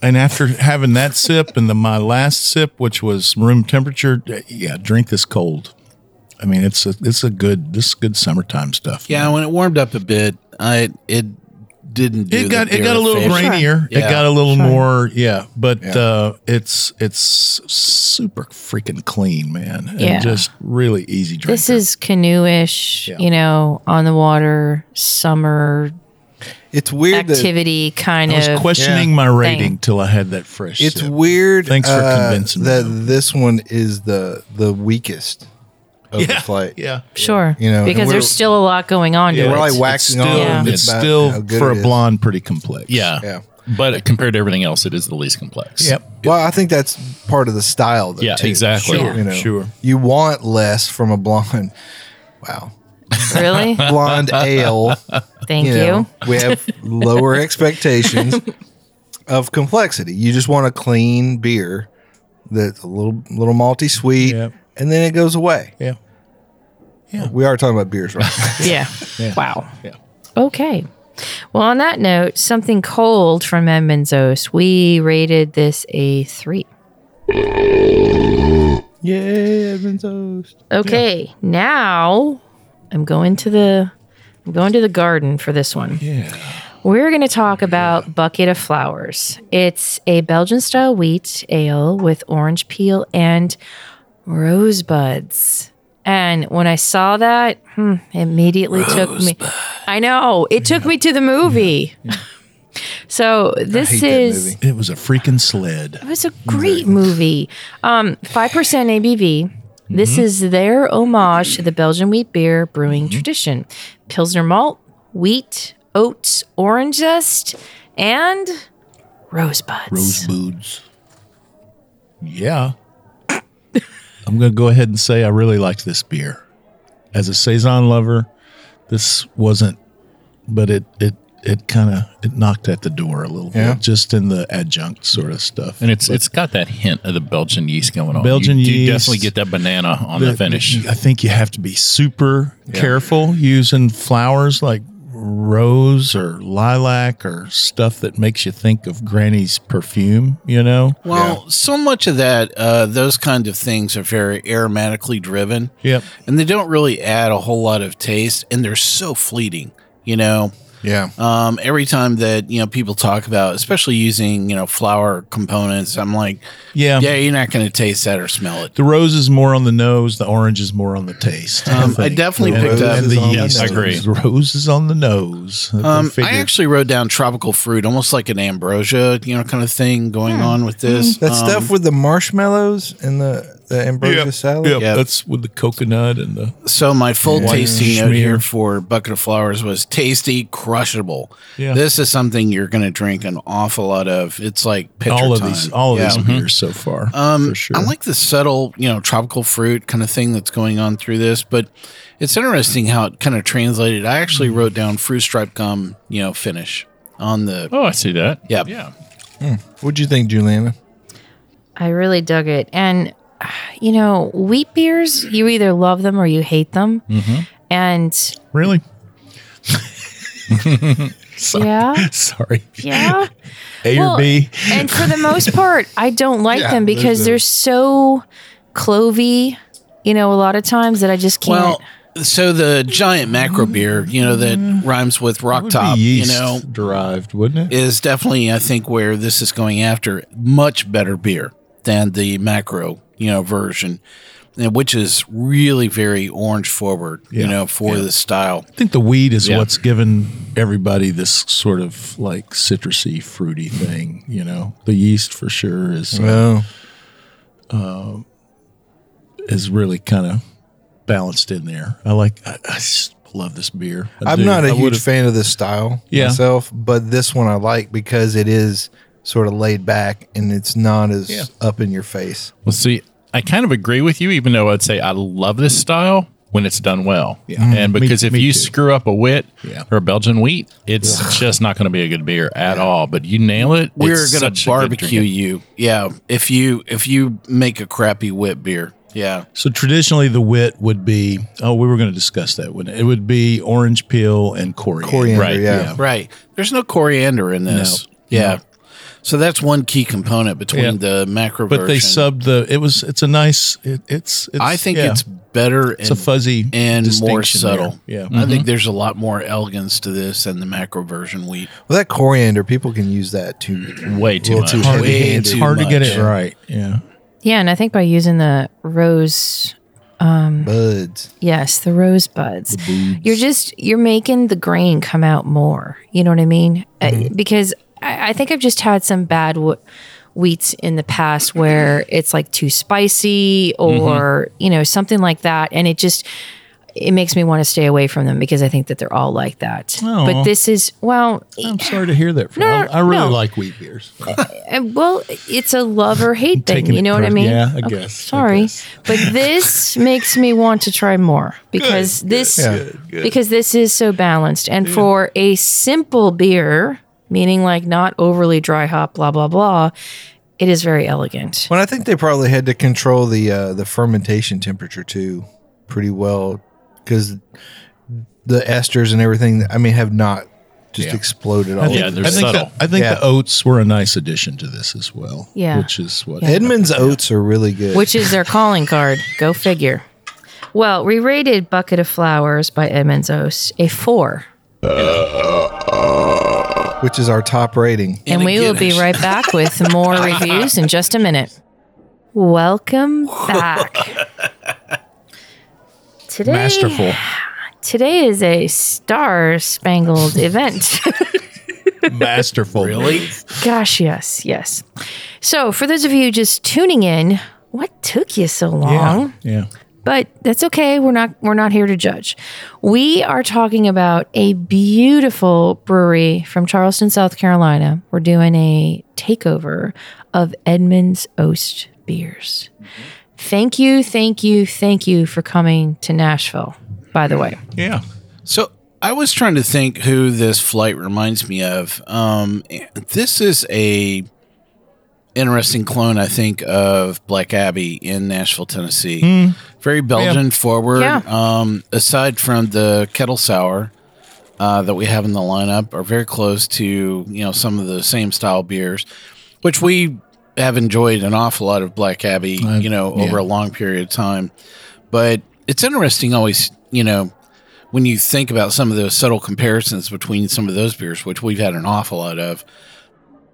Speaker 3: And after having that sip and the my last sip, which was room temperature, yeah, drink this cold. I mean, it's a it's a good this is good summertime stuff.
Speaker 5: Yeah, when it warmed up a bit, I it didn't do
Speaker 3: it
Speaker 5: the
Speaker 3: got it
Speaker 5: beer
Speaker 3: got a little
Speaker 5: facial.
Speaker 3: grainier.
Speaker 5: Yeah.
Speaker 3: It got a little more yeah, but uh it's it's super freaking clean, man. And
Speaker 2: Yeah.
Speaker 3: just really easy drinker.
Speaker 2: This is canoe-ish,
Speaker 3: Yeah.
Speaker 2: you know, on the water, summer
Speaker 8: It's weird. That,
Speaker 2: activity kind
Speaker 3: I was
Speaker 2: of.
Speaker 3: questioning my rating till I had that fresh.
Speaker 8: it's
Speaker 3: sip.
Speaker 8: weird.
Speaker 3: Thanks for
Speaker 8: uh,
Speaker 3: convincing me.
Speaker 8: that this one is the the weakest of the flight.
Speaker 3: Yeah.
Speaker 2: Sure.
Speaker 8: You know, and
Speaker 2: because
Speaker 8: we're-
Speaker 2: there's still a lot going on.
Speaker 3: Yeah,
Speaker 2: to
Speaker 8: We're
Speaker 2: it.
Speaker 8: like
Speaker 3: it's-
Speaker 8: waxing
Speaker 3: it's still,
Speaker 8: on
Speaker 2: Yeah.
Speaker 3: It's
Speaker 8: about how
Speaker 3: still
Speaker 8: good
Speaker 3: for
Speaker 8: it
Speaker 3: a
Speaker 8: is.
Speaker 3: blonde pretty complex.
Speaker 7: Yeah.
Speaker 8: Yeah.
Speaker 7: But compared to everything else, it is the least complex.
Speaker 3: Yep.
Speaker 8: Well, I think that's part of the style. Though,
Speaker 7: Yeah,
Speaker 8: too.
Speaker 7: exactly.
Speaker 2: Sure.
Speaker 8: You know,
Speaker 3: Sure.
Speaker 8: You want less from a blonde. Wow.
Speaker 2: really?
Speaker 8: Blonde ale.
Speaker 2: Thank you.
Speaker 8: know, we have lower expectations of complexity. You just want a clean beer that's a little little malty sweet,
Speaker 3: Yep.
Speaker 8: and then it goes away.
Speaker 3: Yeah.
Speaker 8: We are talking about beers, right?
Speaker 2: Yeah. Wow.
Speaker 3: Yeah.
Speaker 2: Okay. Well, on that note, something cold from Edmonds Oast. We rated this a three.
Speaker 8: yeah, Edmund Toast.
Speaker 2: Okay. Now I'm going to the I'm going to the garden for this one.
Speaker 3: Yeah.
Speaker 2: We're going to talk about Bucket of Flowers. It's a Belgian style wheat ale with orange peel and rosebuds. And when I saw that, hmm, immediately took me. I know it took me to the movie. so this is
Speaker 3: It was a freaking sled.
Speaker 2: it was a great movie. Um, 5% ABV. This is their homage to the Belgian wheat beer brewing tradition. Pilsner malt, wheat, oats, orange zest, and rosebuds.
Speaker 3: Rosebuds. Yeah. I'm going to go ahead and say I really liked this beer. As a saison lover, this wasn't but it it it kind of it knocked at the door a little
Speaker 8: Yeah.
Speaker 3: bit just in the adjunct sort of stuff.
Speaker 7: And it's it's got that hint of the Belgian yeast going on.
Speaker 3: Belgian
Speaker 7: you,
Speaker 3: yeast.
Speaker 7: You definitely get that banana on the, finish.
Speaker 3: I think you have to be super careful using flowers like rose or lilac or stuff that makes you think of granny's perfume, you know?
Speaker 5: Well, so much of that, uh, those kind of things are very aromatically driven.
Speaker 3: Yep.
Speaker 5: And they don't really add a whole lot of taste, and they're so fleeting, you know.
Speaker 8: Yeah.
Speaker 5: Um, every time that you know people talk about, especially using you know flower components, I'm like,
Speaker 3: Yeah.
Speaker 5: yeah, you're not going to taste that or smell it.
Speaker 3: The rose is more on the nose, the orange is more on the taste.
Speaker 5: Um, I
Speaker 3: think.
Speaker 5: definitely
Speaker 3: And
Speaker 5: picked
Speaker 3: the-
Speaker 5: up-
Speaker 3: and the
Speaker 8: Rose is on the
Speaker 3: yeast.
Speaker 8: nose.
Speaker 7: I agree.
Speaker 3: The Rose is on the nose.
Speaker 5: Um,
Speaker 3: figured-
Speaker 5: I actually wrote down tropical fruit, almost like an ambrosia, you know, kind of thing going on with this.
Speaker 8: That
Speaker 5: Um,
Speaker 8: stuff with the marshmallows and the, the ambrosia salad.
Speaker 3: yeah,
Speaker 5: Yeah.
Speaker 3: that's with the coconut and the
Speaker 5: So my full
Speaker 3: White
Speaker 5: tasting note here
Speaker 3: schmear.
Speaker 5: for Bucket of Flowers was tasty, crushable.
Speaker 3: Yeah.
Speaker 5: This is something you're going to drink an awful lot of. It's like picture
Speaker 3: all of
Speaker 5: time.
Speaker 3: these all of
Speaker 5: Yeah.
Speaker 3: these beers so far.
Speaker 5: Um,
Speaker 3: for sure.
Speaker 5: I like the subtle, you know, tropical fruit kind of thing that's going on through this, but it's interesting how it kind of translated. I actually
Speaker 3: Mm-hmm.
Speaker 5: wrote down fruit stripe gum, you know, finish on the.
Speaker 7: Oh, I see that.
Speaker 5: Yeah.
Speaker 7: Yeah.
Speaker 8: What'd you think, Juliana?
Speaker 2: I really dug it. And, ah, you know, wheat beers, you either love them or you hate them. And,
Speaker 3: really?
Speaker 2: yeah.
Speaker 3: Sorry.
Speaker 2: Yeah.
Speaker 3: A
Speaker 2: Well,
Speaker 3: or B.
Speaker 2: and for the most part, I don't like them because they're so clovey. You know, a lot of times that I just can't.
Speaker 5: Well, so the giant macro beer, you know, that rhymes with
Speaker 3: Mm-hmm.
Speaker 5: rock
Speaker 3: Would be
Speaker 5: top, you
Speaker 3: yeast
Speaker 5: know,
Speaker 3: derived, wouldn't it?
Speaker 5: is definitely, I think, where this is going after much better beer than the macro, you know, version, and which is really very orange forward, you
Speaker 3: Yeah.
Speaker 5: know, for the style.
Speaker 3: I think the weed is
Speaker 7: Yeah.
Speaker 3: what's given everybody this sort of like citrusy, fruity thing. You know, the yeast for sure is
Speaker 8: No.
Speaker 3: is really kind of balanced in there. I like. I, I just love this beer. I
Speaker 8: I'm
Speaker 3: do.
Speaker 8: not a
Speaker 3: I
Speaker 8: huge
Speaker 3: would've-
Speaker 8: fan of this style
Speaker 3: Yeah.
Speaker 8: myself, but this one I like because it is sort of laid back and it's not as
Speaker 3: Yeah.
Speaker 8: up in your face.
Speaker 7: Well, see, I kind of agree with you, even though I'd say I love this style when it's done well.
Speaker 3: Yeah.
Speaker 7: And
Speaker 3: Mm-hmm. Me-
Speaker 7: because if
Speaker 3: me
Speaker 7: you
Speaker 3: too.
Speaker 7: screw up a wit
Speaker 3: Yeah.
Speaker 7: or a Belgian wheat, it's just not going to be a good beer at all. But you nail it.
Speaker 5: We're
Speaker 7: it's
Speaker 5: gonna
Speaker 7: such a good
Speaker 5: barbecue
Speaker 7: drinking-
Speaker 5: you, yeah. If you if you make a crappy wit beer, yeah.
Speaker 3: So traditionally, the wit would be. Oh, we were going to discuss that. Wouldn't it? it would be orange peel and coriander.
Speaker 8: Coriander,
Speaker 7: Right,
Speaker 8: yeah.
Speaker 7: yeah.
Speaker 5: Right. There's no coriander in this.
Speaker 3: Oh. No.
Speaker 5: Yeah. So that's one key component between
Speaker 3: Yeah.
Speaker 5: the macro
Speaker 3: But they
Speaker 5: version.
Speaker 3: subbed the. It was. It's a nice. It, it's, it's.
Speaker 5: I think
Speaker 3: yeah.
Speaker 5: it's better
Speaker 3: It's a fuzzy
Speaker 5: and more
Speaker 3: distinction
Speaker 5: subtle.
Speaker 3: there. Yeah. Mm-hmm.
Speaker 5: I think there's a lot more elegance to this than the macro version wheat.
Speaker 8: Well, that coriander, people can use that too.
Speaker 7: way too
Speaker 8: Well,
Speaker 7: much.
Speaker 8: too
Speaker 3: hard,
Speaker 5: way
Speaker 3: it's
Speaker 5: too
Speaker 3: hard to get it
Speaker 5: much.
Speaker 3: right. Yeah.
Speaker 2: Yeah, and I think by using the rose
Speaker 8: Buds.
Speaker 2: Yes, the rose buds. You're just you're making the grain come out more. You know what I mean? Uh, Because I, I think I've just had some bad w- wheats in the past where it's like too spicy or you know something like that, and it just it makes me want to stay away from them because I think that they're all like that.
Speaker 3: Oh.
Speaker 2: But this is well,
Speaker 3: I'm sorry to hear that. From,
Speaker 2: No, no,
Speaker 3: I really
Speaker 2: no.
Speaker 3: like wheat beers.
Speaker 2: uh, well, it's a love or hate thing.
Speaker 3: taking
Speaker 2: You
Speaker 3: it
Speaker 2: know what I
Speaker 3: per-
Speaker 2: mean?
Speaker 3: yeah, I
Speaker 2: Okay,
Speaker 3: guess, I
Speaker 2: sorry,
Speaker 3: guess.
Speaker 2: but this makes me want to try more because this because this is so balanced and for a simple beer, meaning like not overly dry hop, blah blah blah. It is very elegant.
Speaker 8: Well, I think they probably had to control the uh, the fermentation temperature too, pretty well, because the esters and everything. I mean, have not just exploded all.
Speaker 7: Yeah,
Speaker 8: over.
Speaker 7: they're
Speaker 3: I think,
Speaker 7: subtle.
Speaker 3: the, I think
Speaker 8: Yeah.
Speaker 3: the oats were a nice addition to this as well.
Speaker 2: Yeah.
Speaker 3: Which is what
Speaker 8: Edmund's oats are really good.
Speaker 2: which is their calling card. Go figure. Well, we rated Bucket of Flowers by Edmonds Oast a four.
Speaker 8: which is our top rating.
Speaker 2: And, we will be right back with more reviews in just a minute. Welcome back. Today,
Speaker 3: masterful.
Speaker 2: today is a star spangled event.
Speaker 3: masterful. Really?
Speaker 2: Gosh, yes, yes. So, for those of you just tuning in, what took you so long?
Speaker 3: Yeah. yeah.
Speaker 2: but that's okay. We're not we're not here to judge. We are talking about a beautiful brewery from Charleston, South Carolina. We're doing a takeover of Edmunds Oast beers. Thank you, thank you, thank you for coming to Nashville. By the way,
Speaker 3: Yeah.
Speaker 5: So I was trying to think who this flight reminds me of. Um, this is a interesting clone, I think, of Black Abbey in Nashville, Tennessee. Very Belgian forward.
Speaker 2: Yeah.
Speaker 5: Um, aside from the kettle sour uh, that we have in the lineup, are very close to you know some of the same style beers, which we have enjoyed an awful lot of Black Abbey. you know, over a long period of time. But it's interesting, always you know when you think about some of those subtle comparisons between some of those beers, which we've had an awful lot of,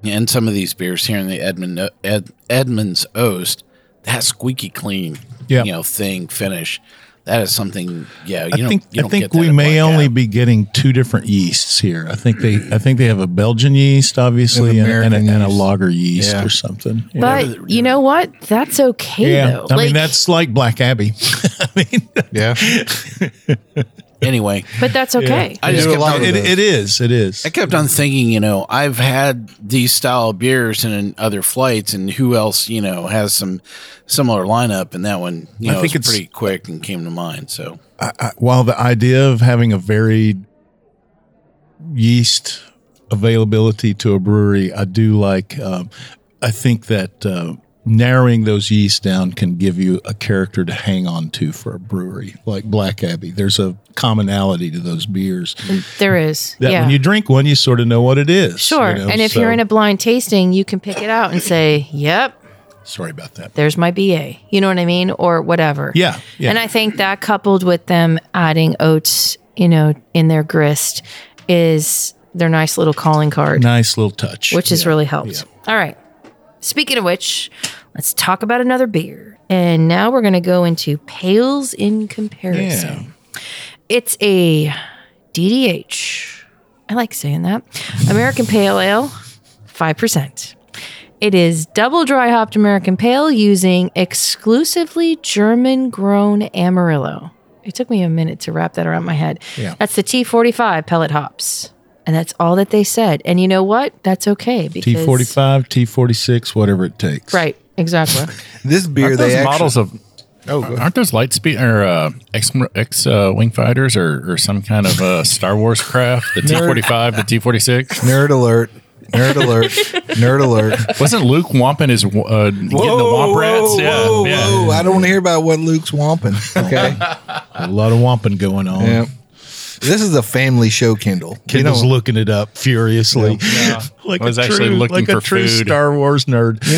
Speaker 5: and some of these beers here in the Edmund Ed, Edmunds Oast, that squeaky clean,
Speaker 3: Yeah.
Speaker 5: you know, thing finish. That is something. Yeah, you
Speaker 3: I
Speaker 5: don't,
Speaker 3: think
Speaker 5: you
Speaker 3: I
Speaker 5: don't get
Speaker 3: think
Speaker 5: that
Speaker 3: we
Speaker 5: at
Speaker 3: may
Speaker 5: Black
Speaker 3: only
Speaker 5: Ab.
Speaker 3: be getting two different yeasts here. I think they I think they have a Belgian yeast, obviously, and,
Speaker 8: An
Speaker 3: and, a,
Speaker 8: American
Speaker 3: and a
Speaker 8: yeast.
Speaker 3: lager yeast
Speaker 8: Yeah.
Speaker 3: or something. Yeah.
Speaker 2: but you know what? That's okay
Speaker 3: yeah.
Speaker 2: though.
Speaker 3: I mean that's like Black Abbey. I mean
Speaker 8: Yeah,
Speaker 5: anyway.
Speaker 2: but that's okay.
Speaker 5: I just
Speaker 8: do a
Speaker 5: kept
Speaker 8: lot
Speaker 5: on-
Speaker 8: of
Speaker 3: it,
Speaker 8: those.
Speaker 3: it is. It is.
Speaker 5: I kept on thinking, you know, I've had these style of beers in, in other flights, and who else, you know, has some similar lineup? And that one, you
Speaker 3: I
Speaker 5: know,
Speaker 3: think
Speaker 5: was
Speaker 3: it's-
Speaker 5: pretty quick and came to mind. So
Speaker 3: while the idea of having a varied yeast availability to a brewery, I do like. Um, I think that uh, narrowing those yeasts down can give you a character to hang on to for a brewery like Black Abbey. There's a commonality to those beers
Speaker 2: there is.
Speaker 3: that
Speaker 2: yeah.
Speaker 3: when you drink one, you sort of know what it is.
Speaker 2: Sure.
Speaker 3: you know,
Speaker 2: and if
Speaker 3: so-
Speaker 2: you're in a blind tasting, you can pick it out and say, "Yep,
Speaker 3: sorry about that.
Speaker 2: there's my BA. You know what I mean? Or whatever.
Speaker 3: Yeah, yeah.
Speaker 2: And I think that coupled with them adding oats, you know, in their grist is their nice little calling card,
Speaker 3: Nice little touch.
Speaker 2: which has really helped. All right. Speaking of which, let's talk about another beer. And now we're going to go into Pales in Comparison. It's a DDH. I like saying that. American Pale Ale, 5%. It is double dry hopped American Pale using exclusively German grown Amarillo. It took me a minute to wrap that around my head.
Speaker 3: Yeah.
Speaker 2: That's the T45 pellet hops. And that's all that they said. And you know what? That's okay. Because,
Speaker 3: T forty five, T forty six, whatever it takes.
Speaker 2: Right. Exactly.
Speaker 8: this beer
Speaker 7: Aren't
Speaker 8: they
Speaker 7: those
Speaker 8: actually, Oh,
Speaker 7: models of aren't those light speed or uh, X X uh, wing fighters or, or some kind of uh, Star Wars craft? The T forty five, the T forty six.
Speaker 8: nerd alert, nerd alert, nerd alert.
Speaker 7: Wasn't Luke Wampin is uh, getting the Womp Rats?
Speaker 8: Whoa,
Speaker 7: yeah,
Speaker 8: whoa,
Speaker 7: yeah.
Speaker 8: whoa. I don't want to hear about what Luke's womping. Okay.
Speaker 3: A lot of whomping going on.
Speaker 8: yeah. This is a family show, Kindle. You know,
Speaker 3: Kendall's looking it up furiously. like
Speaker 7: I was
Speaker 3: a
Speaker 7: actually
Speaker 3: true,
Speaker 7: looking
Speaker 3: like a
Speaker 7: for
Speaker 3: true
Speaker 7: food.
Speaker 3: Star Wars nerd.
Speaker 8: you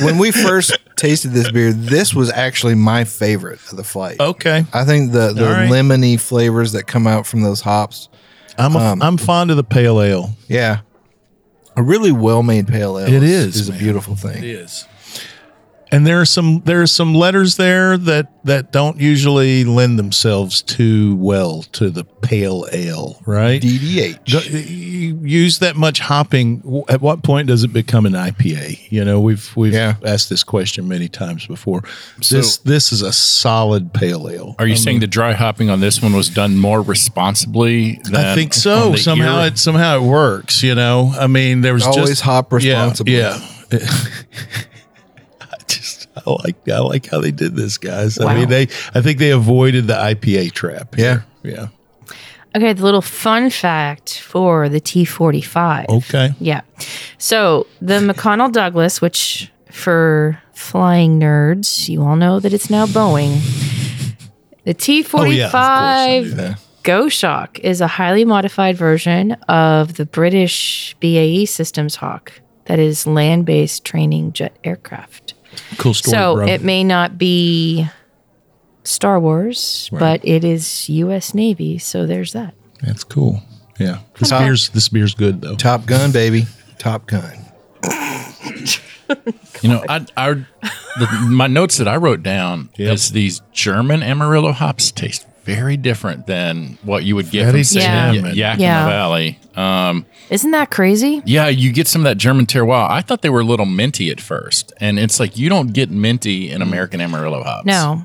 Speaker 8: know, when we first tasted this beer, this was actually my favorite of the flight.
Speaker 7: Oh.
Speaker 3: Okay.
Speaker 8: I think the the
Speaker 3: All right.
Speaker 8: lemony flavors that come out from those hops.
Speaker 3: I'm a, I'm fond of the pale ale.
Speaker 8: Yeah. A really well made pale ale.
Speaker 3: It
Speaker 8: is,
Speaker 3: is,
Speaker 8: is a beautiful thing.
Speaker 3: is. And there are some there are some letters there that that don't usually lend themselves too well to the pale ale, right?
Speaker 8: DDH.
Speaker 3: Go- you use that much hopping. w- At what point does it become an IPA? You know, we've we've
Speaker 8: Yeah.
Speaker 3: asked this question many times before. this this is a solid pale ale.
Speaker 7: Are you saying the dry hopping on this one was done more responsibly? Than
Speaker 3: I think
Speaker 7: on
Speaker 3: so.
Speaker 7: the
Speaker 3: Somehow
Speaker 7: ear-
Speaker 3: it somehow it works. You know, I mean, there was
Speaker 8: Always
Speaker 3: just,
Speaker 8: hop
Speaker 3: yeah,
Speaker 8: responsibly.
Speaker 3: Yeah, I just I like I like how they did this, guys. I mean, they I think they avoided the IPA trap. here. yeah.
Speaker 2: Okay, the little fun fact for the T45.
Speaker 3: Okay.
Speaker 2: Yeah. So the McConnell Douglas, which for flying nerds, you all know that it's now Boeing. The T
Speaker 3: Oh,
Speaker 2: forty
Speaker 3: yeah, of course, I knew
Speaker 2: five
Speaker 3: that.
Speaker 2: Go Shock is a highly modified version of the British BAE Systems Hawk, that is land based training jet aircraft.
Speaker 3: Cool story,
Speaker 2: so
Speaker 3: bro.
Speaker 2: it may not be Star Wars, but it is U.S. Navy. So there's that.
Speaker 3: That's cool. Yeah. This beer's this beer's good though.
Speaker 8: Top Gun, baby. Top Gun.
Speaker 7: You know, I, I the, my notes that I wrote down is these German Amarillo hops taste very different than what you would get
Speaker 3: Very
Speaker 7: from say,
Speaker 2: Yeah.
Speaker 7: Ya- Yakima
Speaker 2: Yeah.
Speaker 7: Valley. Um,
Speaker 2: Isn't that crazy?
Speaker 7: yeah, you get some of that German terroir. I thought they were a little minty at first, and it's like you don't get minty in American Amarillo hops.
Speaker 2: No.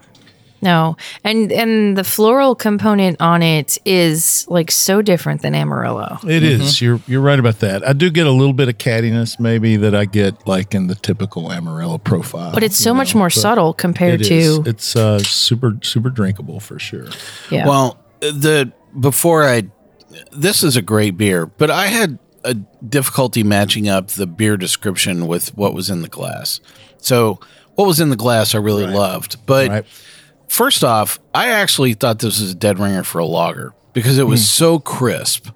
Speaker 2: No. And and the floral component on it is like so different than Amarillo.
Speaker 3: It
Speaker 7: Mm-hmm.
Speaker 3: is. You're you're right about that. I do get a little bit of cattiness, maybe that I get like in the typical Amarillo profile.
Speaker 2: But it's
Speaker 3: you
Speaker 2: so much
Speaker 3: know,
Speaker 2: more
Speaker 3: but
Speaker 2: subtle compared
Speaker 3: it is.
Speaker 2: to
Speaker 3: It's uh, super super drinkable for sure.
Speaker 2: yeah.
Speaker 5: Well, the before I this is a great beer, but I had a difficulty matching up the beer description with what was in the glass. So, what was in the glass I really loved, but
Speaker 3: Right.
Speaker 5: first off, I actually thought this was a dead ringer for a lager because it was
Speaker 3: Hmm.
Speaker 5: so crisp.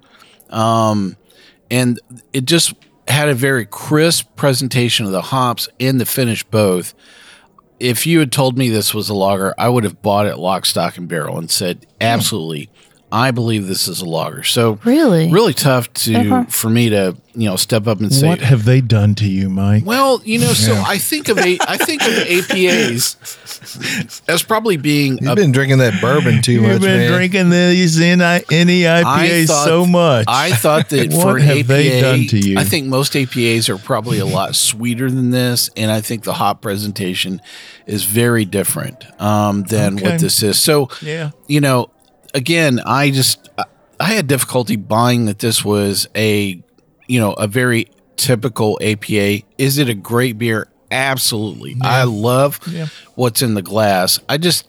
Speaker 5: Um, and it just had a very crisp presentation of the hops and the finish both. If you had told me this was a lager, I would have bought it lock, stock, and barrel and said, absolutely, I believe this is a lager. So
Speaker 2: Really?
Speaker 5: really tough to for me to you know step up and say
Speaker 3: What have they done to you, Mike?
Speaker 5: well, you know, so I think of a, I think of APAs as probably being
Speaker 8: You've
Speaker 5: a
Speaker 8: been drinking that bourbon too much,
Speaker 3: You've been
Speaker 8: man.
Speaker 3: drinking these NI
Speaker 5: I
Speaker 3: NEIPAs
Speaker 5: thought-
Speaker 3: so much.
Speaker 5: I thought that
Speaker 3: What
Speaker 5: for an
Speaker 3: have
Speaker 5: APA,
Speaker 3: they done to you?
Speaker 5: I think most APAs are probably a lot sweeter than this, and I think the hop presentation is very different um, than
Speaker 3: Okay.
Speaker 5: what this is. So,
Speaker 3: Yeah.
Speaker 5: you know, again, I just I- I had difficulty buying that this was a you know a very typical APA. Is it a great beer? Absolutely. I love what's in the glass. I just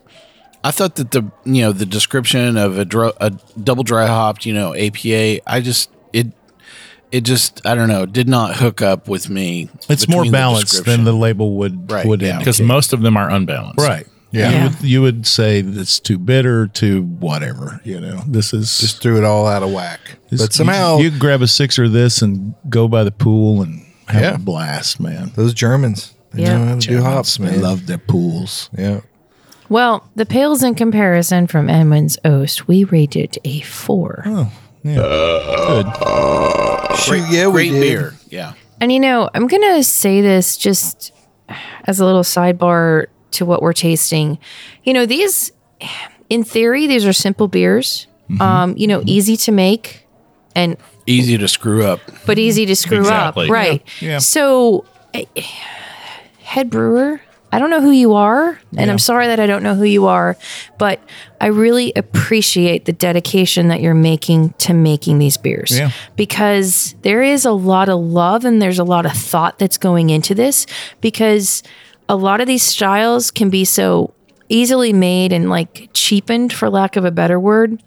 Speaker 5: I thought that the you know the description of a, dro- a double dry hopped you know APA. I just it it just I don't know did not hook up with me.
Speaker 3: it's more
Speaker 5: between the
Speaker 3: balanced than
Speaker 5: description.
Speaker 3: the label would
Speaker 5: Right,
Speaker 3: would
Speaker 5: yeah.
Speaker 3: indicate.
Speaker 7: because most of them are unbalanced.
Speaker 3: right. Yeah.
Speaker 2: Yeah.
Speaker 3: You, would, you would say that it's too bitter, too whatever. You know, this is
Speaker 8: Just threw it all out of whack.
Speaker 3: This-
Speaker 8: But somehow
Speaker 3: you, you could grab a six or this and go by the pool and have
Speaker 8: Yeah.
Speaker 3: a blast, man.
Speaker 8: those Germans, they
Speaker 2: Yeah.
Speaker 8: know how to do hops,
Speaker 3: They
Speaker 8: man.
Speaker 3: love their pools.
Speaker 8: Yeah.
Speaker 2: well, the pales in comparison from Edmund's Oast, we rated a four.
Speaker 8: Shoot, yeah, we
Speaker 5: great
Speaker 8: did.
Speaker 5: beer. Yeah.
Speaker 2: And you know, I'm going to say this just as a little sidebar to what we're tasting. You know, these, in theory, these are simple beers,
Speaker 3: Mm-hmm.
Speaker 2: um, you know, easy to make and
Speaker 5: Easy to screw up.
Speaker 2: but easy to screw
Speaker 7: Exactly.
Speaker 2: up. Right. So, eh, head brewer, I don't know who you are, and I'm sorry that I don't know who you are, but I really appreciate the dedication that you're making to making these beers
Speaker 3: Yeah.
Speaker 2: because there is a lot of love and there's a lot of thought that's going into this because a lot of these styles can be so easily made and like cheapened for lack of a better word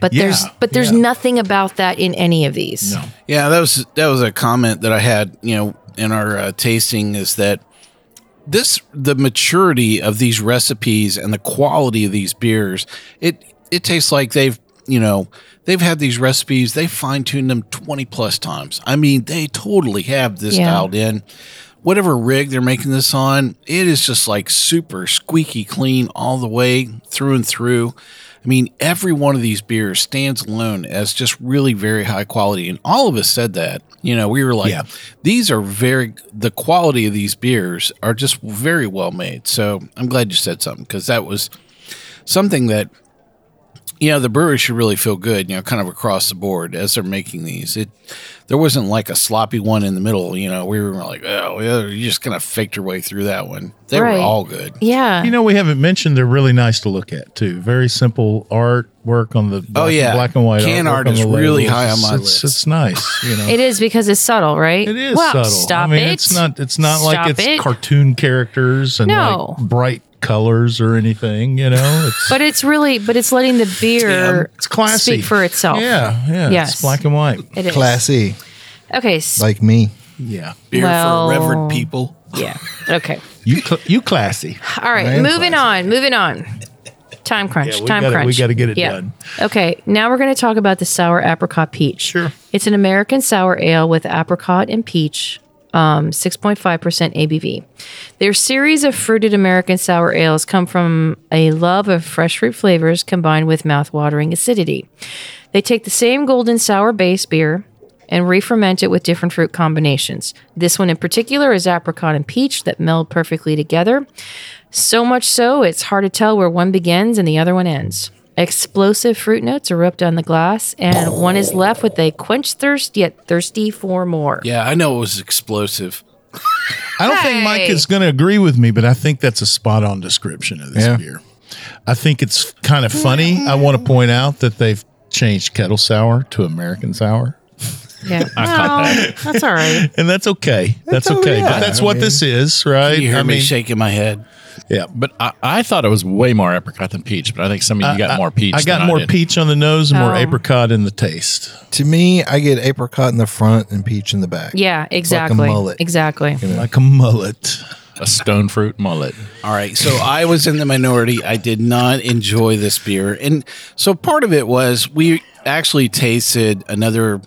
Speaker 2: but there's
Speaker 3: Yeah,
Speaker 2: but there's
Speaker 3: yeah.
Speaker 2: nothing about that in any of these
Speaker 5: Yeah, that was that was a comment that I had, you know, in our uh, tasting is that this the maturity of these recipes and the quality of these beers, it it tastes like they've you know, they've had these recipes, they fine tuned them 20 plus times. I mean, they totally have this
Speaker 2: Yeah.
Speaker 5: dialed in. Whatever rig they're making this on, it is just like super squeaky clean all the way through and through. I mean, every one of these beers stands alone as just really very high quality. And all of us said that. You know, we were like,
Speaker 3: Yeah.
Speaker 5: these are very, the quality of these beers are just very well made. So I'm glad you said something because that was something that you know the brewery should really feel good you know kind of across the board as they're making these it there wasn't like a sloppy one in the middle you know we were like oh yeah, you just kind of faked your way through that one they
Speaker 2: Right.
Speaker 5: were all good
Speaker 2: Yeah.
Speaker 3: You know, we haven't mentioned they're really nice to look at too. Very simple artwork on the black,
Speaker 5: Oh, yeah.
Speaker 3: black and white.
Speaker 5: Can
Speaker 3: artwork
Speaker 5: art
Speaker 3: on
Speaker 5: is
Speaker 3: the
Speaker 5: really
Speaker 3: labels.
Speaker 5: high on my
Speaker 3: It's-
Speaker 5: list.
Speaker 3: It's, it's nice, you know.
Speaker 2: it is because it's subtle, right?
Speaker 3: It is
Speaker 2: Well,
Speaker 3: subtle.
Speaker 2: Stop
Speaker 3: I mean,
Speaker 2: it.
Speaker 3: it's not. It's not
Speaker 2: Stop
Speaker 3: like it's
Speaker 2: it.
Speaker 3: cartoon characters and
Speaker 2: No.
Speaker 3: like bright colors or anything. You know, it's,
Speaker 2: But it's really, but it's letting the beer
Speaker 3: it's classy.
Speaker 2: speak for itself.
Speaker 3: Yeah, yeah.
Speaker 2: Yes.
Speaker 3: It's black and white.
Speaker 2: It is.
Speaker 8: Classy,
Speaker 2: Okay. s-
Speaker 8: E, like me.
Speaker 3: Yeah,
Speaker 5: beer
Speaker 2: Well-
Speaker 5: for reverend people
Speaker 2: yeah. Okay.
Speaker 3: you cl- you classy.
Speaker 2: All right.
Speaker 8: am
Speaker 2: Moving on. Moving on. Time crunch.
Speaker 3: Yeah, we
Speaker 2: time
Speaker 3: gotta- we
Speaker 2: crunch.
Speaker 3: gotta get it done.
Speaker 2: Okay. Now we're going to talk about the sour apricot peach.
Speaker 3: Sure.
Speaker 2: It's an American sour ale with apricot and peach, um, 6.5% ABV. Their series of fruited American sour ales come from a love of fresh fruit flavors combined with mouthwatering acidity. They take the same golden sour base beer and re-ferment it with different fruit combinations. This one in particular is apricot and peach that meld perfectly together. So much so, it's hard to tell where one begins and the other one ends. Explosive fruit notes erupt on the glass, and one is left with a quench thirst yet thirsty for more.
Speaker 5: yeah i know it was explosive
Speaker 3: I don't think Mike
Speaker 2: Hey.
Speaker 3: is going to agree with me, but I think that's a spot on description of this
Speaker 8: Yeah.
Speaker 3: beer. I think it's kind of funny. I want to point out that they've changed kettle sour to American sour.
Speaker 2: Yeah. Well, that's all right.
Speaker 3: And that's okay. That's
Speaker 8: all
Speaker 3: okay. But
Speaker 8: right.
Speaker 3: that's
Speaker 8: I
Speaker 3: what
Speaker 8: mean-
Speaker 3: this is, right?
Speaker 5: you hear
Speaker 3: I
Speaker 5: me
Speaker 3: mean,
Speaker 5: shaking my head
Speaker 3: yeah.
Speaker 7: But I, I thought it was way more apricot than peach, but I think some of you got more peach.
Speaker 3: I got
Speaker 7: than
Speaker 3: more
Speaker 7: did.
Speaker 3: peach on the nose and more
Speaker 2: Oh.
Speaker 3: apricot in the taste.
Speaker 8: To me, I get apricot in the front and peach in the back.
Speaker 2: Yeah,
Speaker 8: like a
Speaker 2: exactly.
Speaker 8: mullet.
Speaker 2: exactly.
Speaker 3: Like a mullet.
Speaker 7: A stone fruit mullet.
Speaker 5: All right, so I was in the minority. I did not enjoy this beer, and so part of it was we actually tasted another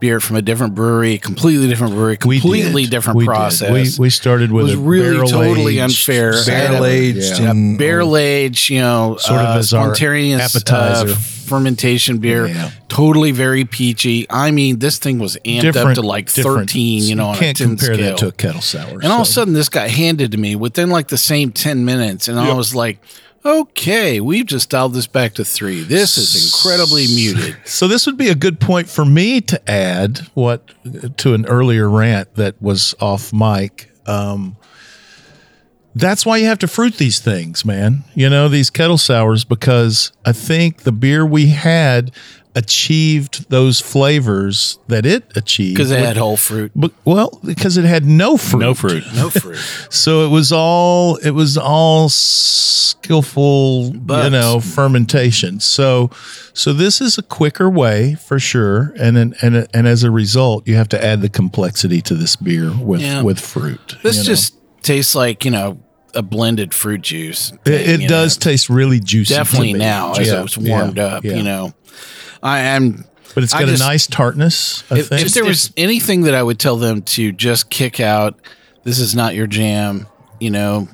Speaker 5: beer from a different brewery, completely different brewery,
Speaker 3: We did.
Speaker 5: completely different
Speaker 3: We did.
Speaker 5: process.
Speaker 3: We, we started with
Speaker 5: It was
Speaker 3: a
Speaker 5: really
Speaker 3: barrel
Speaker 5: totally
Speaker 3: aged-
Speaker 5: unfair.
Speaker 8: Barrel aged and
Speaker 5: barrel aged, you know,
Speaker 3: Sort of
Speaker 5: uh,
Speaker 3: as our
Speaker 5: spontaneous, uh,
Speaker 3: appetizer.
Speaker 5: fermentation beer.
Speaker 3: Yeah.
Speaker 5: Totally very peachy. I mean, this thing was amped up
Speaker 3: Different
Speaker 5: to like
Speaker 3: different-
Speaker 5: thirteen. You know, on a
Speaker 3: can't
Speaker 5: 10
Speaker 3: compare
Speaker 5: scale.
Speaker 3: that to a kettle sour.
Speaker 5: And all of a
Speaker 3: so-
Speaker 5: sudden, this got handed to me within like the same 10 minutes. And I was like, okay, we've just dialed this back to three. This is incredibly muted.
Speaker 3: So this would be a good point for me to add what to an earlier rant that was off mic. Um, that's why you have to fruit these things, man. You know these kettle sours because I think the beer we had achieved those flavors that it achieved
Speaker 5: Because it had whole fruit.
Speaker 3: But, well, because it had no fruit.
Speaker 7: No fruit.
Speaker 5: No fruit.
Speaker 3: So it was all it was all skillful, you
Speaker 5: But-
Speaker 3: know, fermentation. So so this is a quicker way for sure, and then- and and as a result, you have to add the complexity to this beer with
Speaker 5: Yeah.
Speaker 3: with fruit.
Speaker 5: This
Speaker 3: you know.
Speaker 5: just tastes like, you know, a blended fruit juice. thing,
Speaker 3: it,
Speaker 5: you
Speaker 3: it
Speaker 5: know.
Speaker 3: does taste really juicy. to
Speaker 5: Definitely
Speaker 3: me.
Speaker 5: now as
Speaker 3: Yeah,
Speaker 5: it was warmed
Speaker 3: yeah,
Speaker 5: up,
Speaker 3: yeah.
Speaker 5: you know. I am.
Speaker 3: But it's
Speaker 5: I
Speaker 3: got
Speaker 5: just-
Speaker 3: a nice tartness. I
Speaker 5: If,
Speaker 3: think
Speaker 5: if there was anything that I would tell them to just kick out, this is not your jam, you know,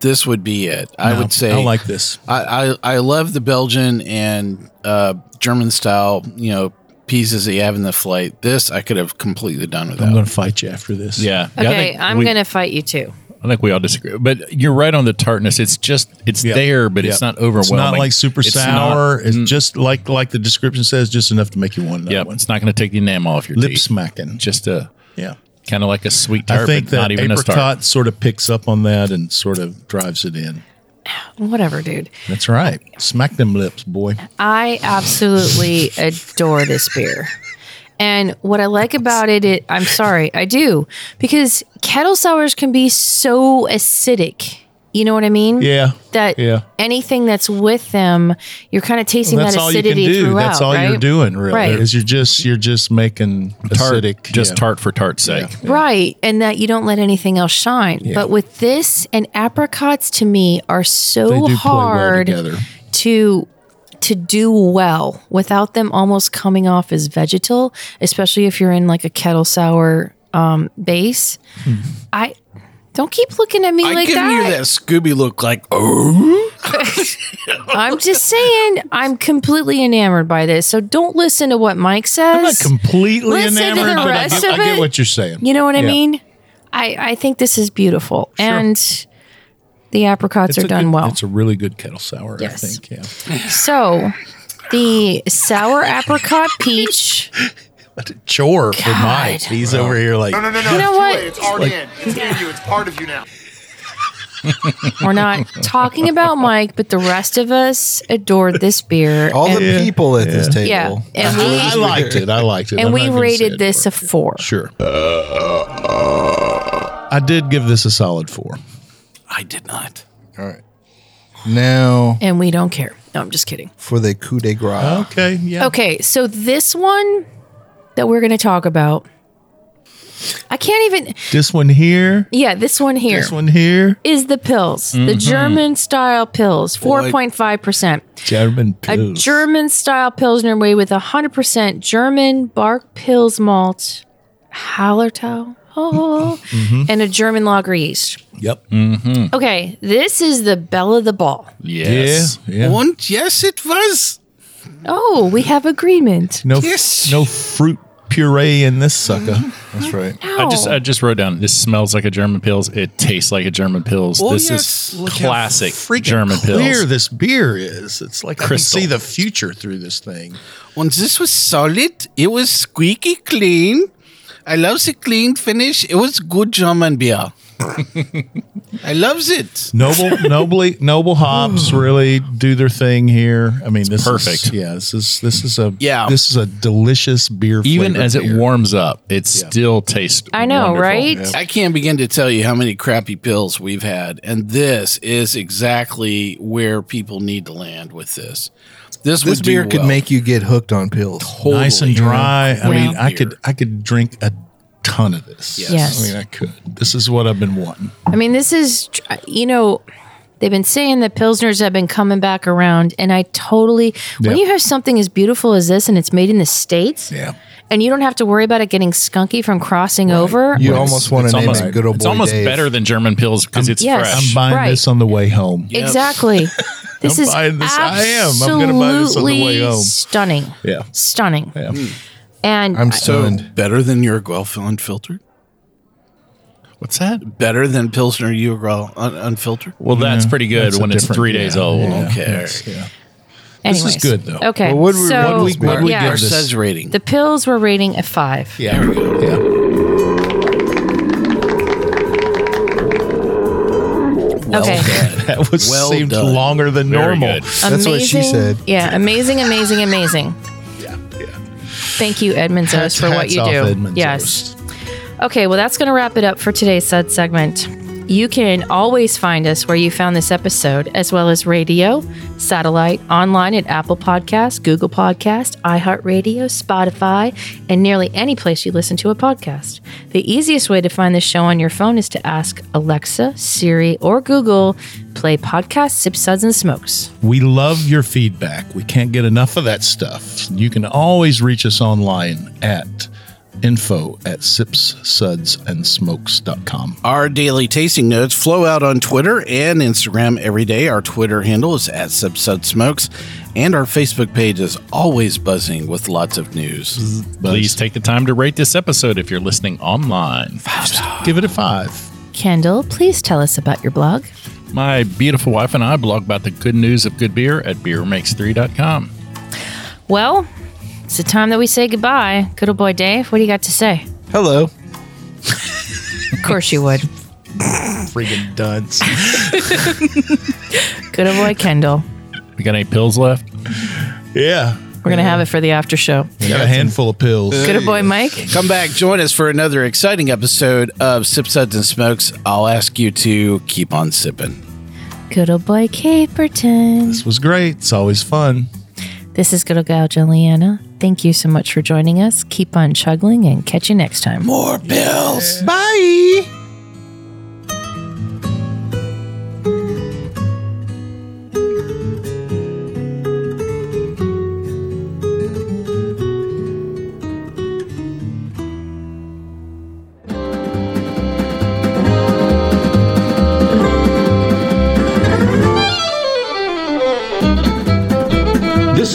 Speaker 5: this would be it. I would say.
Speaker 3: I like this.
Speaker 5: I, I, I love the Belgian and uh, German style, you know, pieces that you have in the flight. This I could have completely done
Speaker 3: I'm
Speaker 5: without.
Speaker 3: going to fight you after this.
Speaker 7: Yeah. Yeah, I
Speaker 2: Okay,
Speaker 7: think
Speaker 2: I'm
Speaker 7: we-
Speaker 2: gonna fight you too.
Speaker 7: I think we all disagree, but you're right on the tartness. It's just it's
Speaker 3: Yeah.
Speaker 7: there, but
Speaker 3: Yeah.
Speaker 7: it's not overwhelming.
Speaker 3: It's not like super
Speaker 7: It's
Speaker 3: sour.
Speaker 7: Not, Mm.
Speaker 3: it's just like like the description says, just enough to make you want another
Speaker 7: yeah,
Speaker 3: one.
Speaker 7: it's not going to take the enamel off your
Speaker 3: Lip
Speaker 7: teeth.
Speaker 3: smacking.
Speaker 7: Just a
Speaker 3: Yeah.
Speaker 7: kind of like a sweet tart,
Speaker 3: I think
Speaker 7: but not
Speaker 3: that
Speaker 7: even a tart.
Speaker 3: apricot sort of picks up on that and sort of drives it in.
Speaker 2: Whatever, dude.
Speaker 3: That's right. Smack them lips, boy.
Speaker 2: I absolutely adore this beer. And what I like about it, it, I'm sorry, I do, because kettle sours can be so acidic. You know what I mean?
Speaker 3: Yeah.
Speaker 2: That
Speaker 3: Yeah.
Speaker 2: anything that's with them, you're kind of tasting
Speaker 3: that's
Speaker 2: that
Speaker 3: all you can
Speaker 2: acidity
Speaker 3: do.
Speaker 2: throughout.
Speaker 3: That's all
Speaker 2: right?
Speaker 3: you're doing, really,
Speaker 2: Right.
Speaker 3: is you're just you're just making
Speaker 7: Tart,
Speaker 3: acidic,
Speaker 7: just
Speaker 3: yeah.
Speaker 7: tart for tart's sake.
Speaker 2: Right. And that you don't let anything else shine. But with this and apricots to me are
Speaker 3: They do
Speaker 2: so
Speaker 3: play well
Speaker 2: hard
Speaker 3: together.
Speaker 2: to to do well without them almost coming off as vegetal, especially if you're in like a kettle sour um, base.
Speaker 3: Mm-hmm.
Speaker 2: I don't keep looking at me
Speaker 5: I
Speaker 2: like
Speaker 5: give
Speaker 2: that.
Speaker 5: you that Scooby look like, oh,
Speaker 2: I'm just saying, I'm completely enamored by this. So don't listen to what Mike says.
Speaker 3: I'm not completely
Speaker 2: Listen to
Speaker 3: enamored,
Speaker 2: the
Speaker 3: but I
Speaker 2: rest
Speaker 3: get, I
Speaker 2: of
Speaker 3: get
Speaker 2: it.
Speaker 3: what you're saying.
Speaker 2: You know what I
Speaker 3: Yeah.
Speaker 2: mean? I, I think this is beautiful. And the apricots are
Speaker 3: a
Speaker 2: done
Speaker 3: good-
Speaker 2: well.
Speaker 3: It's a really good kettle sour,
Speaker 2: Yes.
Speaker 3: I think. Yeah.
Speaker 2: so the sour apricot peach.
Speaker 3: What a chore for
Speaker 2: God.
Speaker 3: Mike. He's over here like,
Speaker 9: No, no, no,
Speaker 2: You
Speaker 9: it's
Speaker 2: know
Speaker 9: too
Speaker 2: what?
Speaker 9: late. It's already in. It's in you. It's part of you now.
Speaker 2: We're not talking about Mike, but the rest of us adored this beer.
Speaker 8: All
Speaker 2: and,
Speaker 8: the people at this table.
Speaker 2: yeah, and
Speaker 3: I
Speaker 2: we
Speaker 3: liked it. I liked it.
Speaker 2: and
Speaker 3: I'm
Speaker 2: we
Speaker 3: not gonna say
Speaker 2: rated
Speaker 3: it
Speaker 2: this a four.
Speaker 3: Sure. I did give this a solid four.
Speaker 5: I did not.
Speaker 8: All right. Now
Speaker 2: And we don't care. No, I'm just kidding.
Speaker 8: for the coup de grace.
Speaker 3: Okay. Yeah.
Speaker 2: Okay, so this one that we're going to talk about, I can't even.
Speaker 3: This one here.
Speaker 2: Yeah, this one here.
Speaker 3: This one here.
Speaker 2: is the pills, the German style pills, 4.5%.
Speaker 3: German
Speaker 2: A
Speaker 3: pills.
Speaker 2: German style Pilsner made with 100% German bark pils malt, Hallertau, oh, and a German lager yeast.
Speaker 3: Yep.
Speaker 2: Okay, this is the bell of the ball.
Speaker 7: Yes.
Speaker 3: Yeah. yeah.
Speaker 5: One, yes, it was.
Speaker 2: Oh, we have agreement.
Speaker 3: No,
Speaker 5: Yes.
Speaker 3: no fruit puree in this sucker.
Speaker 8: That's right.
Speaker 2: No.
Speaker 7: I just I just wrote down this smells like a German pills. It tastes like a German pills.
Speaker 3: Oh,
Speaker 5: Well,
Speaker 7: this
Speaker 5: yes,
Speaker 7: is
Speaker 5: look how
Speaker 7: classic
Speaker 3: Freaking
Speaker 7: German
Speaker 3: clear
Speaker 7: pills.
Speaker 3: this beer is. It's like
Speaker 7: Crystal.
Speaker 3: I can see the future through this thing.
Speaker 5: Once this was solid, it was squeaky clean. I love the clean finish. It was good German beer. I loves it.
Speaker 3: Noble, nobly, noble hops really do their thing here. I mean, this
Speaker 7: perfect.
Speaker 3: Is, yeah, this is this is a
Speaker 5: Yeah.
Speaker 3: This is a delicious beer.
Speaker 7: Even
Speaker 3: flavored
Speaker 7: as it
Speaker 3: beer.
Speaker 7: warms up, it still tastes.
Speaker 2: I know,
Speaker 7: wonderful.
Speaker 2: right?
Speaker 5: I can't begin to tell you how many crappy pills we've had, and this is exactly where people need to land with this. This,
Speaker 8: This
Speaker 5: would do
Speaker 8: beer could
Speaker 5: well.
Speaker 8: make you get hooked on pills.
Speaker 3: nice and dry. I mean,
Speaker 2: Well-
Speaker 3: I could I could drink a ton of this.
Speaker 2: Yes.
Speaker 3: I mean, I could. This is what I've been wanting.
Speaker 2: I mean, this is, you know, they've been saying that Pilsners have been coming back around, and I totally, when
Speaker 3: Yeah.
Speaker 2: you have something as beautiful as this and it's made in the States,
Speaker 3: Yeah.
Speaker 2: and you don't have to worry about it getting skunky from crossing over.
Speaker 8: You almost want to
Speaker 7: It's
Speaker 8: name
Speaker 7: almost,
Speaker 8: it good old
Speaker 7: it's
Speaker 8: boy
Speaker 7: almost
Speaker 8: Dave.
Speaker 7: better than German pills because
Speaker 3: Um,
Speaker 7: it's
Speaker 2: Yes.
Speaker 7: fresh.
Speaker 3: I'm buying
Speaker 2: Right.
Speaker 3: this on the way home.
Speaker 2: Exactly. This
Speaker 3: I'm
Speaker 2: is
Speaker 3: buying this. I am. I'm
Speaker 2: absolutely
Speaker 3: gonna buy this on the way home.
Speaker 2: stunning.
Speaker 3: Yeah.
Speaker 2: Stunning.
Speaker 3: Yeah.
Speaker 8: Hmm.
Speaker 2: And
Speaker 8: I'm
Speaker 2: I-
Speaker 5: So
Speaker 8: stunned.
Speaker 5: better than Uruguay unfiltered.
Speaker 7: What's that?
Speaker 5: Better than Pilsner Uruguay un- unfiltered.
Speaker 7: Well, Mm-hmm. that's pretty good
Speaker 3: That's a
Speaker 7: when it's
Speaker 3: different-
Speaker 7: three days
Speaker 3: yeah,
Speaker 7: old.
Speaker 3: yeah,
Speaker 5: Okay.
Speaker 3: that's- yeah.
Speaker 2: anyways.
Speaker 3: is good, though.
Speaker 2: Okay.
Speaker 8: Well, what do we-
Speaker 2: so,
Speaker 8: what do we- what do we
Speaker 2: yeah,
Speaker 5: Our says rating.
Speaker 2: The pills were rating a five.
Speaker 3: Yeah. yeah.
Speaker 2: okay.
Speaker 3: That was
Speaker 5: Well
Speaker 3: seemed
Speaker 5: done.
Speaker 3: longer than
Speaker 7: Very
Speaker 3: normal.
Speaker 7: good.
Speaker 8: That's what she said.
Speaker 2: Yeah, amazing, amazing, amazing.
Speaker 3: Yeah. Yeah.
Speaker 2: Thank you, Edmonds Oast, for what
Speaker 3: hats
Speaker 2: you
Speaker 3: off,
Speaker 2: do.
Speaker 3: Edmonds
Speaker 2: yes.
Speaker 3: Oast.
Speaker 2: Okay, well, that's going to wrap it up for today's Sud segment. You can always find us where you found this episode, as well as radio, satellite, online at Apple Podcasts, Google Podcast, iHeartRadio, Spotify, and nearly any place you listen to a podcast. The easiest way to find the show on your phone is to ask Alexa, Siri, or Google, play podcast Sip Suds and Smokes.
Speaker 3: We love your feedback. We can't get enough of that stuff. You can always reach us online at info at sips, suds, and smokes.com.
Speaker 5: Our daily tasting notes flow out on Twitter and Instagram every day. Our Twitter handle is at Subsud Smokes, and our Facebook page is always buzzing with lots of news.
Speaker 7: Please take the time to rate this episode if you're listening online.
Speaker 3: Give it a five.
Speaker 2: Kendall, please tell us about your blog.
Speaker 7: My beautiful wife and I blog about the good news of good beer at beermakes3.com.
Speaker 2: Well, it's the time that we say goodbye. Good old boy Dave, what do you got to say?
Speaker 8: Hello.
Speaker 2: Of course you would.
Speaker 3: Friggin' duds.
Speaker 2: Good old boy Kendall.
Speaker 7: We got any pills left?
Speaker 3: yeah.
Speaker 2: We're gonna have it for the after show.
Speaker 3: We got a handful of pills.
Speaker 2: Good old boy Mike.
Speaker 5: Come back, join us for another exciting episode of Sip Suds and Smokes. I'll ask you to keep on sipping.
Speaker 2: Good old boy Caperton.
Speaker 3: This was great. It's always fun.
Speaker 2: This is good old gal Juliana. Thank you so much for joining us. Keep on chuggling and catch you next time.
Speaker 5: More bills.
Speaker 8: Bye.
Speaker 1: This